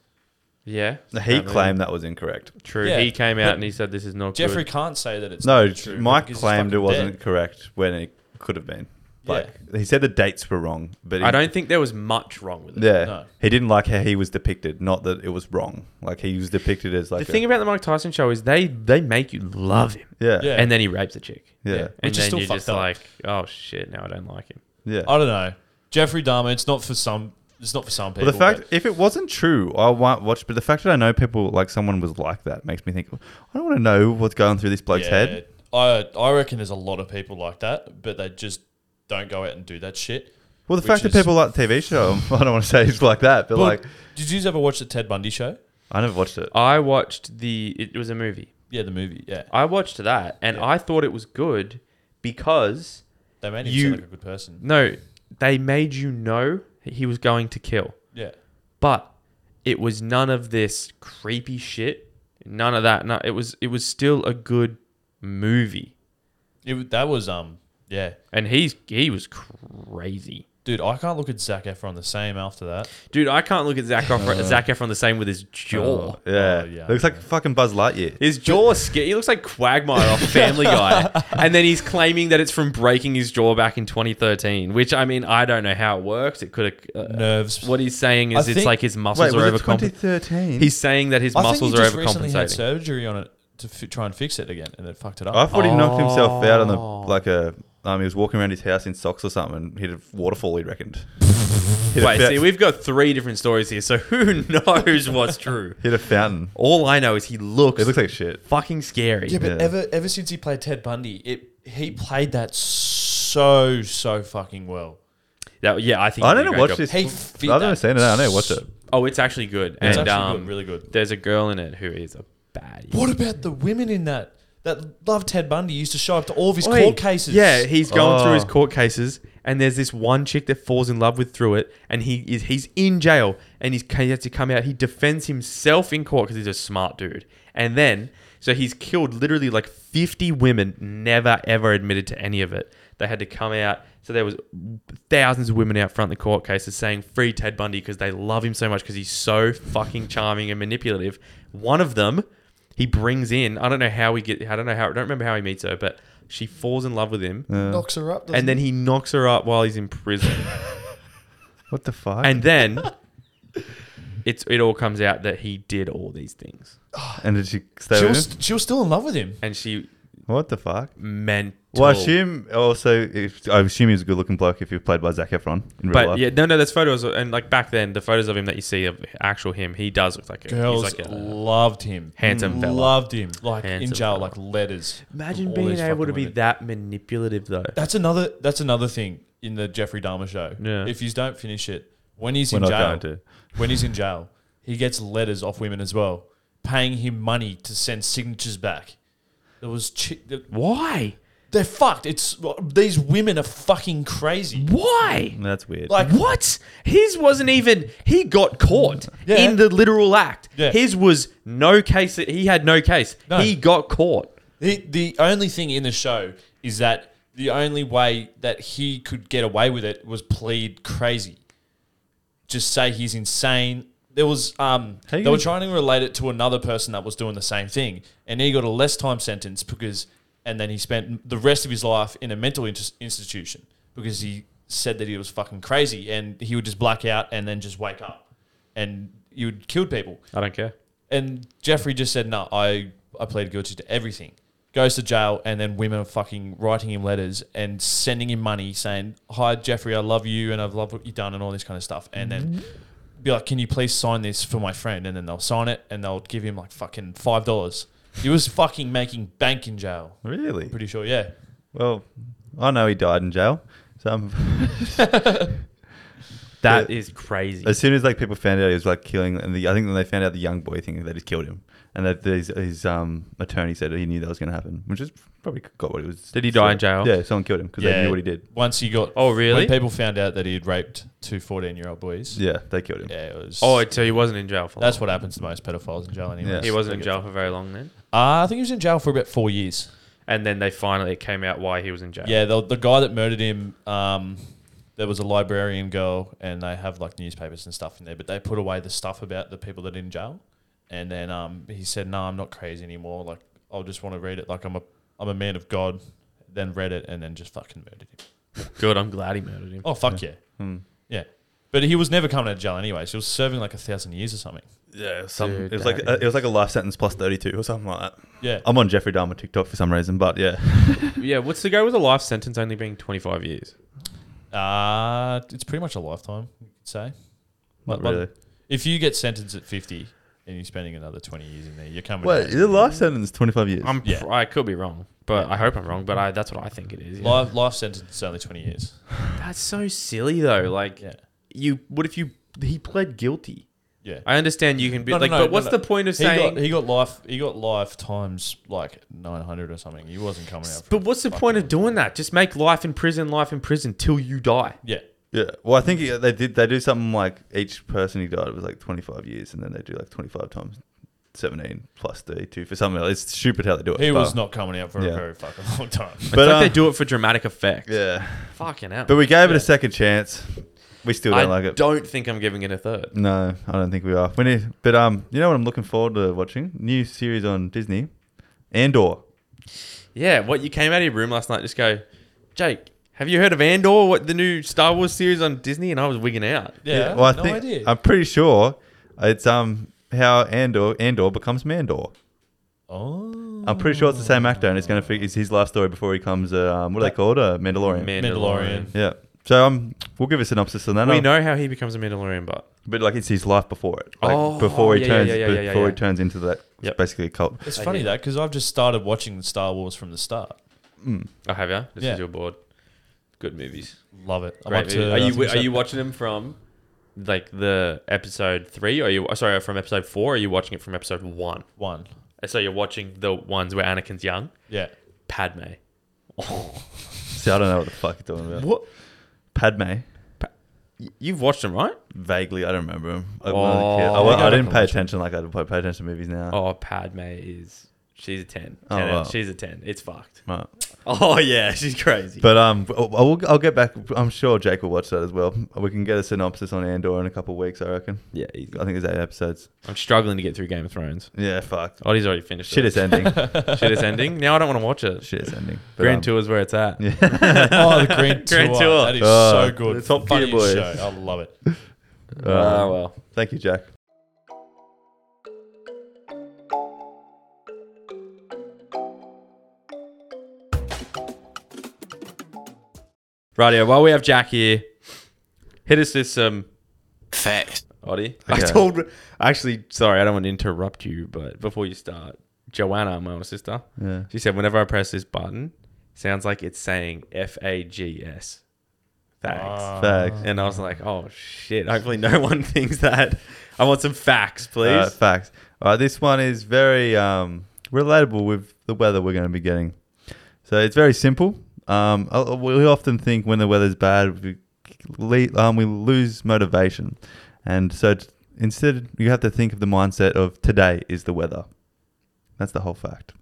Speaker 1: Yeah.
Speaker 2: He claimed that was incorrect.
Speaker 1: True.
Speaker 3: Yeah.
Speaker 1: He came out
Speaker 3: But
Speaker 1: and he said this is not
Speaker 3: Jeffrey
Speaker 1: good.
Speaker 3: can't say that it's
Speaker 2: No,
Speaker 3: not true
Speaker 2: Mike
Speaker 3: because he's
Speaker 2: claimed it
Speaker 3: fucking
Speaker 2: wasn't
Speaker 3: dead.
Speaker 2: correct when it could have been.
Speaker 3: Yeah.
Speaker 2: Like he said the dates were wrong, but he,
Speaker 1: I don't think there was much wrong with it.
Speaker 2: Yeah,
Speaker 3: No.
Speaker 2: he didn't like how he was depicted. Not that it was wrong. Like he was depicted as like
Speaker 1: the thing
Speaker 2: a,
Speaker 1: about the Mike Tyson show is they they make you love him,
Speaker 2: yeah,
Speaker 3: Yeah.
Speaker 2: yeah,
Speaker 1: and then he rapes a chick,
Speaker 2: yeah,
Speaker 3: Yeah.
Speaker 1: and
Speaker 3: Which is
Speaker 1: then
Speaker 3: still
Speaker 1: you're
Speaker 3: fucked
Speaker 1: just
Speaker 3: up.
Speaker 1: like, oh shit, now I don't like him.
Speaker 3: I don't know. Jeffrey Dahmer. It's not for some. It's not for some people.
Speaker 2: Well, the fact
Speaker 3: but-
Speaker 2: if it wasn't true, I won't watch. But the fact that I know people like someone was like that makes me think. I don't want to know what's going through this bloke's head.
Speaker 3: I I reckon there's a lot of people like that, but they just don't go out and do that shit.
Speaker 2: Well, the
Speaker 3: Which
Speaker 2: fact
Speaker 3: is-
Speaker 2: that people like the TV show, I don't want to say it's like that, but
Speaker 3: Well,
Speaker 2: like
Speaker 3: did you ever watch the Ted Bundy show?
Speaker 2: I never watched it.
Speaker 1: I watched the. It was a movie.
Speaker 3: Yeah, the movie. Yeah,
Speaker 1: I watched that, and I thought it was good because
Speaker 3: they made him
Speaker 1: You-
Speaker 3: sound like a good person.
Speaker 1: no, they made you know he was going to kill.
Speaker 3: Yeah,
Speaker 1: but it was none of this creepy shit none of that no it was it was still a good movie
Speaker 3: it, wa- that was um. Yeah,
Speaker 1: and he's he was crazy
Speaker 3: dude, I can't look at Zac Efron the same after that.
Speaker 1: dude i can't look at zach efron,
Speaker 3: Uh.
Speaker 1: Zac efron the same with his jaw
Speaker 2: yeah.
Speaker 3: Oh, yeah,
Speaker 2: looks like fucking Buzz Lightyear.
Speaker 1: his jaw scared. He looks like Quagmire off Family Guy, and then he's claiming that it's from breaking his jaw back in 2013. Which I mean, I don't know how it works. It could have. Uh,
Speaker 3: Nerves.
Speaker 1: What he's saying
Speaker 3: I
Speaker 1: is, it's
Speaker 3: think-
Speaker 1: like his
Speaker 2: Wait,
Speaker 1: muscles
Speaker 2: was
Speaker 1: are
Speaker 2: it
Speaker 1: overcompensating.
Speaker 2: 2013?
Speaker 1: He's saying that his
Speaker 3: I
Speaker 1: muscles
Speaker 3: think
Speaker 1: are
Speaker 3: he just recently had
Speaker 1: overcompensating.
Speaker 3: surgery on it to f- try and fix it again, and it fucked it up.
Speaker 2: I thought he knocked himself out on the
Speaker 1: Oh.
Speaker 2: like a. Um, he was walking around his house in socks or something. and Hit a waterfall. He reckoned. hit,
Speaker 1: Wait,
Speaker 2: a fou-
Speaker 1: see, we've got three different stories here, so who knows what's true?
Speaker 2: hit a fountain.
Speaker 1: All I know is he looks,
Speaker 2: It looks like shit.
Speaker 1: fucking scary.
Speaker 3: Yeah, but
Speaker 2: Yeah.
Speaker 3: ever ever since he played Ted Bundy, it he played that so so fucking well.
Speaker 1: That- yeah, I think.
Speaker 2: I
Speaker 1: he did
Speaker 2: don't
Speaker 1: a
Speaker 2: know.
Speaker 1: great
Speaker 2: Watch
Speaker 1: job.
Speaker 2: this.
Speaker 3: Hey,
Speaker 2: I've never
Speaker 3: that-
Speaker 2: seen it. I don't know. Watch it.
Speaker 1: Oh, it's actually good,
Speaker 3: It's
Speaker 1: and
Speaker 3: actually
Speaker 1: um,
Speaker 3: good, really good.
Speaker 1: there's a girl in it who is a baddie.
Speaker 3: What about the women in that that love Ted Bundy used to show up to all of his
Speaker 1: Oi.
Speaker 3: court cases?
Speaker 1: Yeah, he's going through his
Speaker 2: Oh.
Speaker 1: court cases, and there's this one chick that falls in love with through it, and he is he's in jail, and he's he has to come out. He defends himself in court because he's a smart dude, and then so he's killed literally like 50 women, never ever admitted to any of it. They had to come out. So there was thousands of women out front the court cases saying free Ted Bundy because they love him so much because he's so fucking charming and manipulative. One of them he brings in. I don't know how we get. I don't know how. I don't remember how he meets her, but she falls in love with him,
Speaker 2: uh,
Speaker 3: knocks her up.
Speaker 1: and then he knocks her up while he's in prison,
Speaker 2: What the fuck? And,
Speaker 1: and then it's it all comes out that he did all these things,
Speaker 2: did she stay
Speaker 3: she
Speaker 2: with
Speaker 3: was
Speaker 2: him?
Speaker 3: she was still in love with him.
Speaker 1: and she
Speaker 2: What the fuck?
Speaker 1: mental.
Speaker 2: Well, I assume also, if, I assume he's a good looking bloke if you're played by Zac Efron in real
Speaker 1: but
Speaker 2: life.
Speaker 1: yeah, no, no, there's photos of- and like back then, the photos of him that you see of actual him, he does look like a,
Speaker 3: Girls
Speaker 1: he's like a
Speaker 3: loved him.
Speaker 1: handsome fella.
Speaker 3: Loved him. Like in
Speaker 1: Handsome
Speaker 3: jail,
Speaker 1: fella.
Speaker 3: like letters. from
Speaker 1: Imagine
Speaker 3: all
Speaker 1: being
Speaker 3: these
Speaker 1: able to
Speaker 3: fucking
Speaker 1: be
Speaker 3: women.
Speaker 1: that manipulative though.
Speaker 3: That's another. That's another thing in the Jeffrey Dahmer show.
Speaker 1: Yeah.
Speaker 3: If you don't finish it when he's
Speaker 2: We're
Speaker 3: in
Speaker 2: not
Speaker 3: jail,
Speaker 2: going to.
Speaker 3: when he's in jail, he gets letters off women as well, paying him money to send signatures back. There was chi-
Speaker 1: Why?
Speaker 3: they're fucked. It's these women are fucking crazy.
Speaker 1: Why?
Speaker 2: That's weird.
Speaker 3: Like
Speaker 1: What? His wasn't even. He got caught
Speaker 3: Yeah.
Speaker 1: in the literal act.
Speaker 3: Yeah.
Speaker 1: His was no case. He had no case.
Speaker 3: No.
Speaker 1: He got caught.
Speaker 3: The, the only thing in the show is that the only way that he could get away with it was plead crazy. Just say he's insane. There was um
Speaker 2: How you
Speaker 3: they were
Speaker 2: gonna-
Speaker 3: trying to relate it to another person that was doing the same thing, and he got a less time sentence because, and then he spent the rest of his life in a mental inst- institution because he said that he was fucking crazy, and he would just black out and then just wake up, and you would kill people.
Speaker 1: I don't care.
Speaker 3: And Jeffrey just said, "No, I I plead guilty to everything." Goes to jail, and then women are fucking writing him letters and sending him money, saying, "Hi, Jeffrey, I love you, and I love what you've done, and all this kind of stuff." And then
Speaker 1: Mm-hmm.
Speaker 3: be like, "Can you please sign this for my friend?" And then they'll sign it, and they'll give him like fucking five dollars. He was fucking making bank in jail.
Speaker 2: really?
Speaker 3: Pretty sure, yeah.
Speaker 2: Well, I know he died in jail. So I'm,
Speaker 1: That
Speaker 2: Yeah.
Speaker 1: is crazy.
Speaker 2: as soon as like people found out he was like killing, and the, I think when they found out the young boy thing, they just killed him. And that his, his um attorney said he knew that was going to happen, which is probably got what it was.
Speaker 1: Did he die in jail?
Speaker 2: Yeah, someone killed him because they
Speaker 3: Yeah.
Speaker 2: knew what he did.
Speaker 3: Once he got,
Speaker 1: Oh, really?
Speaker 3: When people found out that he had raped two 14 year old boys, yeah.
Speaker 2: Yeah, they killed him.
Speaker 3: it was.
Speaker 1: Oh, so he wasn't in jail for.
Speaker 3: that's what happens to most pedophiles in jail, anyway.
Speaker 1: long. He wasn't in jail for very long then.
Speaker 3: Uh, I think he was in jail for about four years.
Speaker 1: And then they finally it came out why he was in jail.
Speaker 3: Yeah, the, the guy that murdered him, um, there was a librarian girl, and they have like newspapers and stuff in there, but they put away the stuff about the people that are in jail. And then um, he said, "No, I'm not crazy anymore. Like, I'll just want to read it. Like, I'm a I'm a man of God." Then read it, and then just fucking murdered him.
Speaker 1: Good. I'm glad he murdered him.
Speaker 3: Oh fuck yeah, yeah.
Speaker 2: Hmm.
Speaker 3: But he was never coming to jail anyway. So he was serving like a thousand years or something.
Speaker 2: Yeah, some,
Speaker 1: Dude,
Speaker 2: it was like
Speaker 1: that
Speaker 2: uh, it was like a life sentence plus thirty two or something like that.
Speaker 3: Yeah,
Speaker 2: I'm on Jeffrey Dahmer TikTok for some reason, but yeah,
Speaker 1: Yeah. What's the go with a life sentence only being 25 years?
Speaker 3: uh, it's pretty much a lifetime, you could say.
Speaker 2: not
Speaker 3: But-
Speaker 2: really.
Speaker 3: If you get sentenced at 50 and you're spending another 20 years in there, you're coming
Speaker 2: Wait, is
Speaker 3: out.
Speaker 2: it life sentence twenty five years?
Speaker 1: I'm.
Speaker 3: Yeah.
Speaker 1: pr- I could be wrong, but I hope I'm wrong. But I that's what I think it is. yeah.
Speaker 3: Life, life sentence is only 20 years.
Speaker 1: That's so silly though. Like
Speaker 3: Yeah.
Speaker 1: you. What if you? He pled guilty.
Speaker 3: Yeah.
Speaker 1: I understand you can be
Speaker 3: No, no,
Speaker 1: like,
Speaker 3: no,
Speaker 1: but
Speaker 3: no,
Speaker 1: what's
Speaker 3: no.
Speaker 1: the point of
Speaker 3: He
Speaker 1: saying?
Speaker 3: got, he got life he got life times like 900 or something. He wasn't coming out. For,
Speaker 1: but what's the point of doing that? Just make life in prison, life in prison till you die.
Speaker 3: yeah.
Speaker 2: Yeah. Well, I think yeah, they did. They do something like each person who died was like 25 years, and then they do like 25 times 17 plus 32 for something. Else. It's stupid how they do it.
Speaker 3: He
Speaker 2: but-
Speaker 3: was not coming out for a
Speaker 2: Yeah.
Speaker 3: very fucking long time.
Speaker 1: But
Speaker 2: But,
Speaker 1: like they
Speaker 2: um,
Speaker 1: do it for dramatic effect.
Speaker 2: Yeah.
Speaker 1: Fucking hell.
Speaker 2: But we gave it
Speaker 3: Yeah.
Speaker 2: a second chance. We still don't
Speaker 1: I
Speaker 2: like it.
Speaker 1: don't think I'm giving it a third.
Speaker 2: No, I don't think we are. We need, but um, you know what I'm looking forward to watching? New series on Disney, Andor.
Speaker 1: Yeah, what you came out of your room last night, just go, Jake. Have you heard of Andor? What the new Star Wars series on Disney? And I was wigging out.
Speaker 3: Yeah.
Speaker 2: well, I
Speaker 3: no
Speaker 2: think
Speaker 3: idea.
Speaker 2: I'm pretty sure it's um how Andor Andor becomes Mandor.
Speaker 3: oh.
Speaker 2: I'm pretty sure it's the same actor, and it's going to fig- it's his life story before he comes. Uh, um, what do they call it? A Mandalorian.
Speaker 3: Mandalorian.
Speaker 2: Yeah. So um, we'll give a synopsis on that.
Speaker 1: We
Speaker 2: I'll-
Speaker 1: know how he becomes a Mandalorian, but
Speaker 2: but like it's his life before it. Like
Speaker 1: Oh,
Speaker 2: before he
Speaker 1: yeah, yeah,
Speaker 2: turns,
Speaker 1: yeah, yeah, yeah,
Speaker 2: before
Speaker 1: yeah.
Speaker 2: he turns into that
Speaker 1: Yep.
Speaker 2: basically a cult.
Speaker 3: It's
Speaker 1: I
Speaker 3: funny
Speaker 1: hear
Speaker 3: though, because I've just started watching Star Wars from the start.
Speaker 1: I have yeah. This
Speaker 3: Yeah.
Speaker 1: is your board. Good movies.
Speaker 3: Love it. I'm
Speaker 1: Great
Speaker 3: up
Speaker 1: movie.
Speaker 3: to,
Speaker 1: are you are you watching them from like the episode three? Or are you sorry from episode four? Or are you watching it from episode one?
Speaker 3: one?
Speaker 1: So you're watching the ones where Anakin's young,
Speaker 3: Yeah.
Speaker 1: Padme.
Speaker 2: See, I don't know what the fuck you're talking about.
Speaker 1: What?
Speaker 2: Padme,
Speaker 1: You've watched them, right?
Speaker 2: vaguely, I don't remember him. I, when
Speaker 1: Oh.
Speaker 2: I, was a kid. I
Speaker 1: Yeah,
Speaker 2: wa-
Speaker 1: go
Speaker 2: I
Speaker 1: back
Speaker 2: didn't
Speaker 1: and
Speaker 2: pay
Speaker 1: watch it.
Speaker 2: attention like I pay attention to movies now.
Speaker 1: Oh, Padme is she's a ten.
Speaker 2: Oh,
Speaker 1: 10 out-
Speaker 2: wow.
Speaker 1: She's a ten. It's fucked.
Speaker 2: Right.
Speaker 1: Oh yeah, she's crazy.
Speaker 2: But um, I will, I'll get back. I'm sure Jake will watch that as well. We can get a synopsis on Andor in a couple of weeks. I reckon.
Speaker 1: yeah,
Speaker 2: I think there's eight episodes.
Speaker 1: I'm struggling to get through Game of Thrones.
Speaker 2: Yeah, fuck.
Speaker 1: Oh, he's already finished.
Speaker 2: Shit,
Speaker 1: it.
Speaker 2: it's ending.
Speaker 1: Shit is ending. Now I don't want to watch it.
Speaker 2: Shit, it's ending. But,
Speaker 1: Grand
Speaker 2: um,
Speaker 1: Tour's where it's at.
Speaker 3: oh, the Grand Tour.
Speaker 1: Grand Tour.
Speaker 3: That is
Speaker 2: Oh,
Speaker 3: so good.
Speaker 2: Top Gear
Speaker 3: Funniest
Speaker 2: boys.
Speaker 3: show. I love it.
Speaker 2: uh,
Speaker 1: Ah, well.
Speaker 2: Thank you, Jack.
Speaker 1: Rightio, while we have Jack here, hit us with some
Speaker 4: Facts.
Speaker 1: Oddie. I
Speaker 2: Okay.
Speaker 1: told, actually, sorry, I don't want to interrupt you, but before you start, Joanna, my little sister,
Speaker 2: Yeah.
Speaker 1: she said, whenever I press this button, sounds like it's saying F A G S. Thanks.
Speaker 3: Ah.
Speaker 2: Facts.
Speaker 1: And I was like, oh shit, hopefully no one thinks that. I want some facts, please.
Speaker 2: Uh, facts. All right, this one is very um, relatable with the weather we're going to be getting. So it's very simple. Um, I- I- we often think when the weather's bad, we, le- um, we lose motivation. And so t- instead, you have to think of the mindset of today is the weather. That's the whole fact.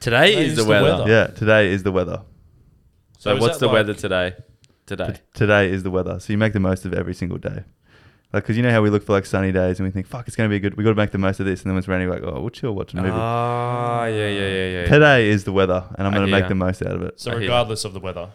Speaker 1: today
Speaker 3: Today
Speaker 1: is the weather.
Speaker 3: Oh.
Speaker 2: Yeah, today is the weather.
Speaker 1: So,
Speaker 3: is
Speaker 1: what's
Speaker 3: that
Speaker 1: the
Speaker 3: like-
Speaker 1: weather today? Today.
Speaker 2: T- today is the weather. So you make the most of every single day. Like, because you know how we look for like sunny days and we think, fuck, it's going to be good. we got to make the most of this. And then when it's raining, we're like, oh, we'll chill, watch a movie.
Speaker 1: Ah, yeah, yeah, yeah, yeah.
Speaker 2: Today is the weather, and I'm
Speaker 1: I
Speaker 2: going to
Speaker 1: hear
Speaker 2: make
Speaker 1: ya.
Speaker 2: the most out of it.
Speaker 3: So
Speaker 1: I hear
Speaker 3: regardless of the weather,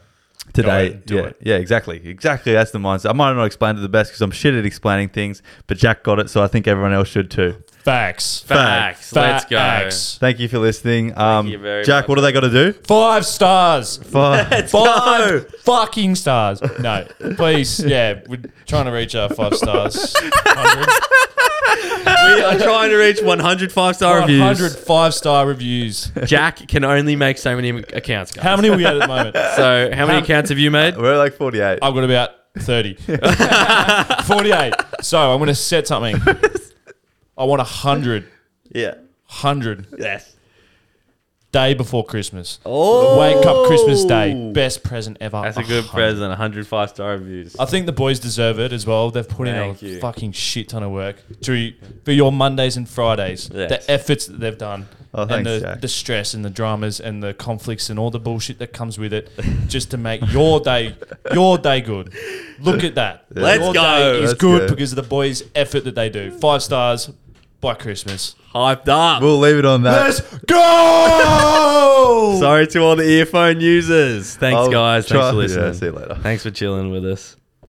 Speaker 2: Today,
Speaker 3: and do
Speaker 2: yeah,
Speaker 3: it.
Speaker 2: yeah, exactly, exactly. That's the mindset. I might not explain it the best because I'm shit at explaining things, but Jack got it, so I think everyone else should too.
Speaker 3: facts.
Speaker 1: Facts. Let's go.
Speaker 3: Facts.
Speaker 2: Thank you for listening. Um,
Speaker 1: you very
Speaker 2: Jack,
Speaker 1: much.
Speaker 2: what do they got to do?
Speaker 3: Five stars.
Speaker 2: Fuck.
Speaker 3: Five fucking stars. No, please. Yeah, we're trying to reach our five stars. 100,
Speaker 1: We are trying to reach 105 star reviews.
Speaker 3: 100 five star reviews.
Speaker 1: Jack can only make so many accounts, guys.
Speaker 3: How many we at at the moment?
Speaker 1: So, how many
Speaker 3: How-
Speaker 1: accounts have you made?
Speaker 2: We're at like 48.
Speaker 3: I've got about 30. 48. So I'm going to set something. I want 100.
Speaker 2: yeah.
Speaker 3: 100.
Speaker 1: Yes.
Speaker 3: Day before Christmas.
Speaker 1: Oh,
Speaker 3: Wake up Christmas Day. Best present ever.
Speaker 1: That's a good
Speaker 3: 100.
Speaker 1: present. 105 star reviews.
Speaker 3: I think the boys deserve it as well. They've put
Speaker 1: Thank
Speaker 3: in a
Speaker 1: you.
Speaker 3: fucking shit ton of work to, for your Mondays and Fridays.
Speaker 1: Yes.
Speaker 3: The efforts that they've done.
Speaker 2: Oh,
Speaker 3: and
Speaker 2: thanks,
Speaker 3: the,
Speaker 2: Jack.
Speaker 3: the stress and the dramas and the conflicts and all the bullshit that comes with it just to make your day your day good. Look at that.
Speaker 1: Let's
Speaker 3: your
Speaker 1: go.
Speaker 3: day is
Speaker 2: Let's
Speaker 3: good
Speaker 2: go.
Speaker 3: because of the boys' effort that they do. Five stars by Christmas.
Speaker 1: Hyped up.
Speaker 2: We'll leave it on that.
Speaker 3: go!
Speaker 1: Sorry to all the earphone users. Thanks,
Speaker 2: I'll
Speaker 1: guys. Thanks
Speaker 2: try-
Speaker 1: for
Speaker 2: yeah,
Speaker 1: listening.
Speaker 2: see you later.
Speaker 1: Thanks for chilling with us.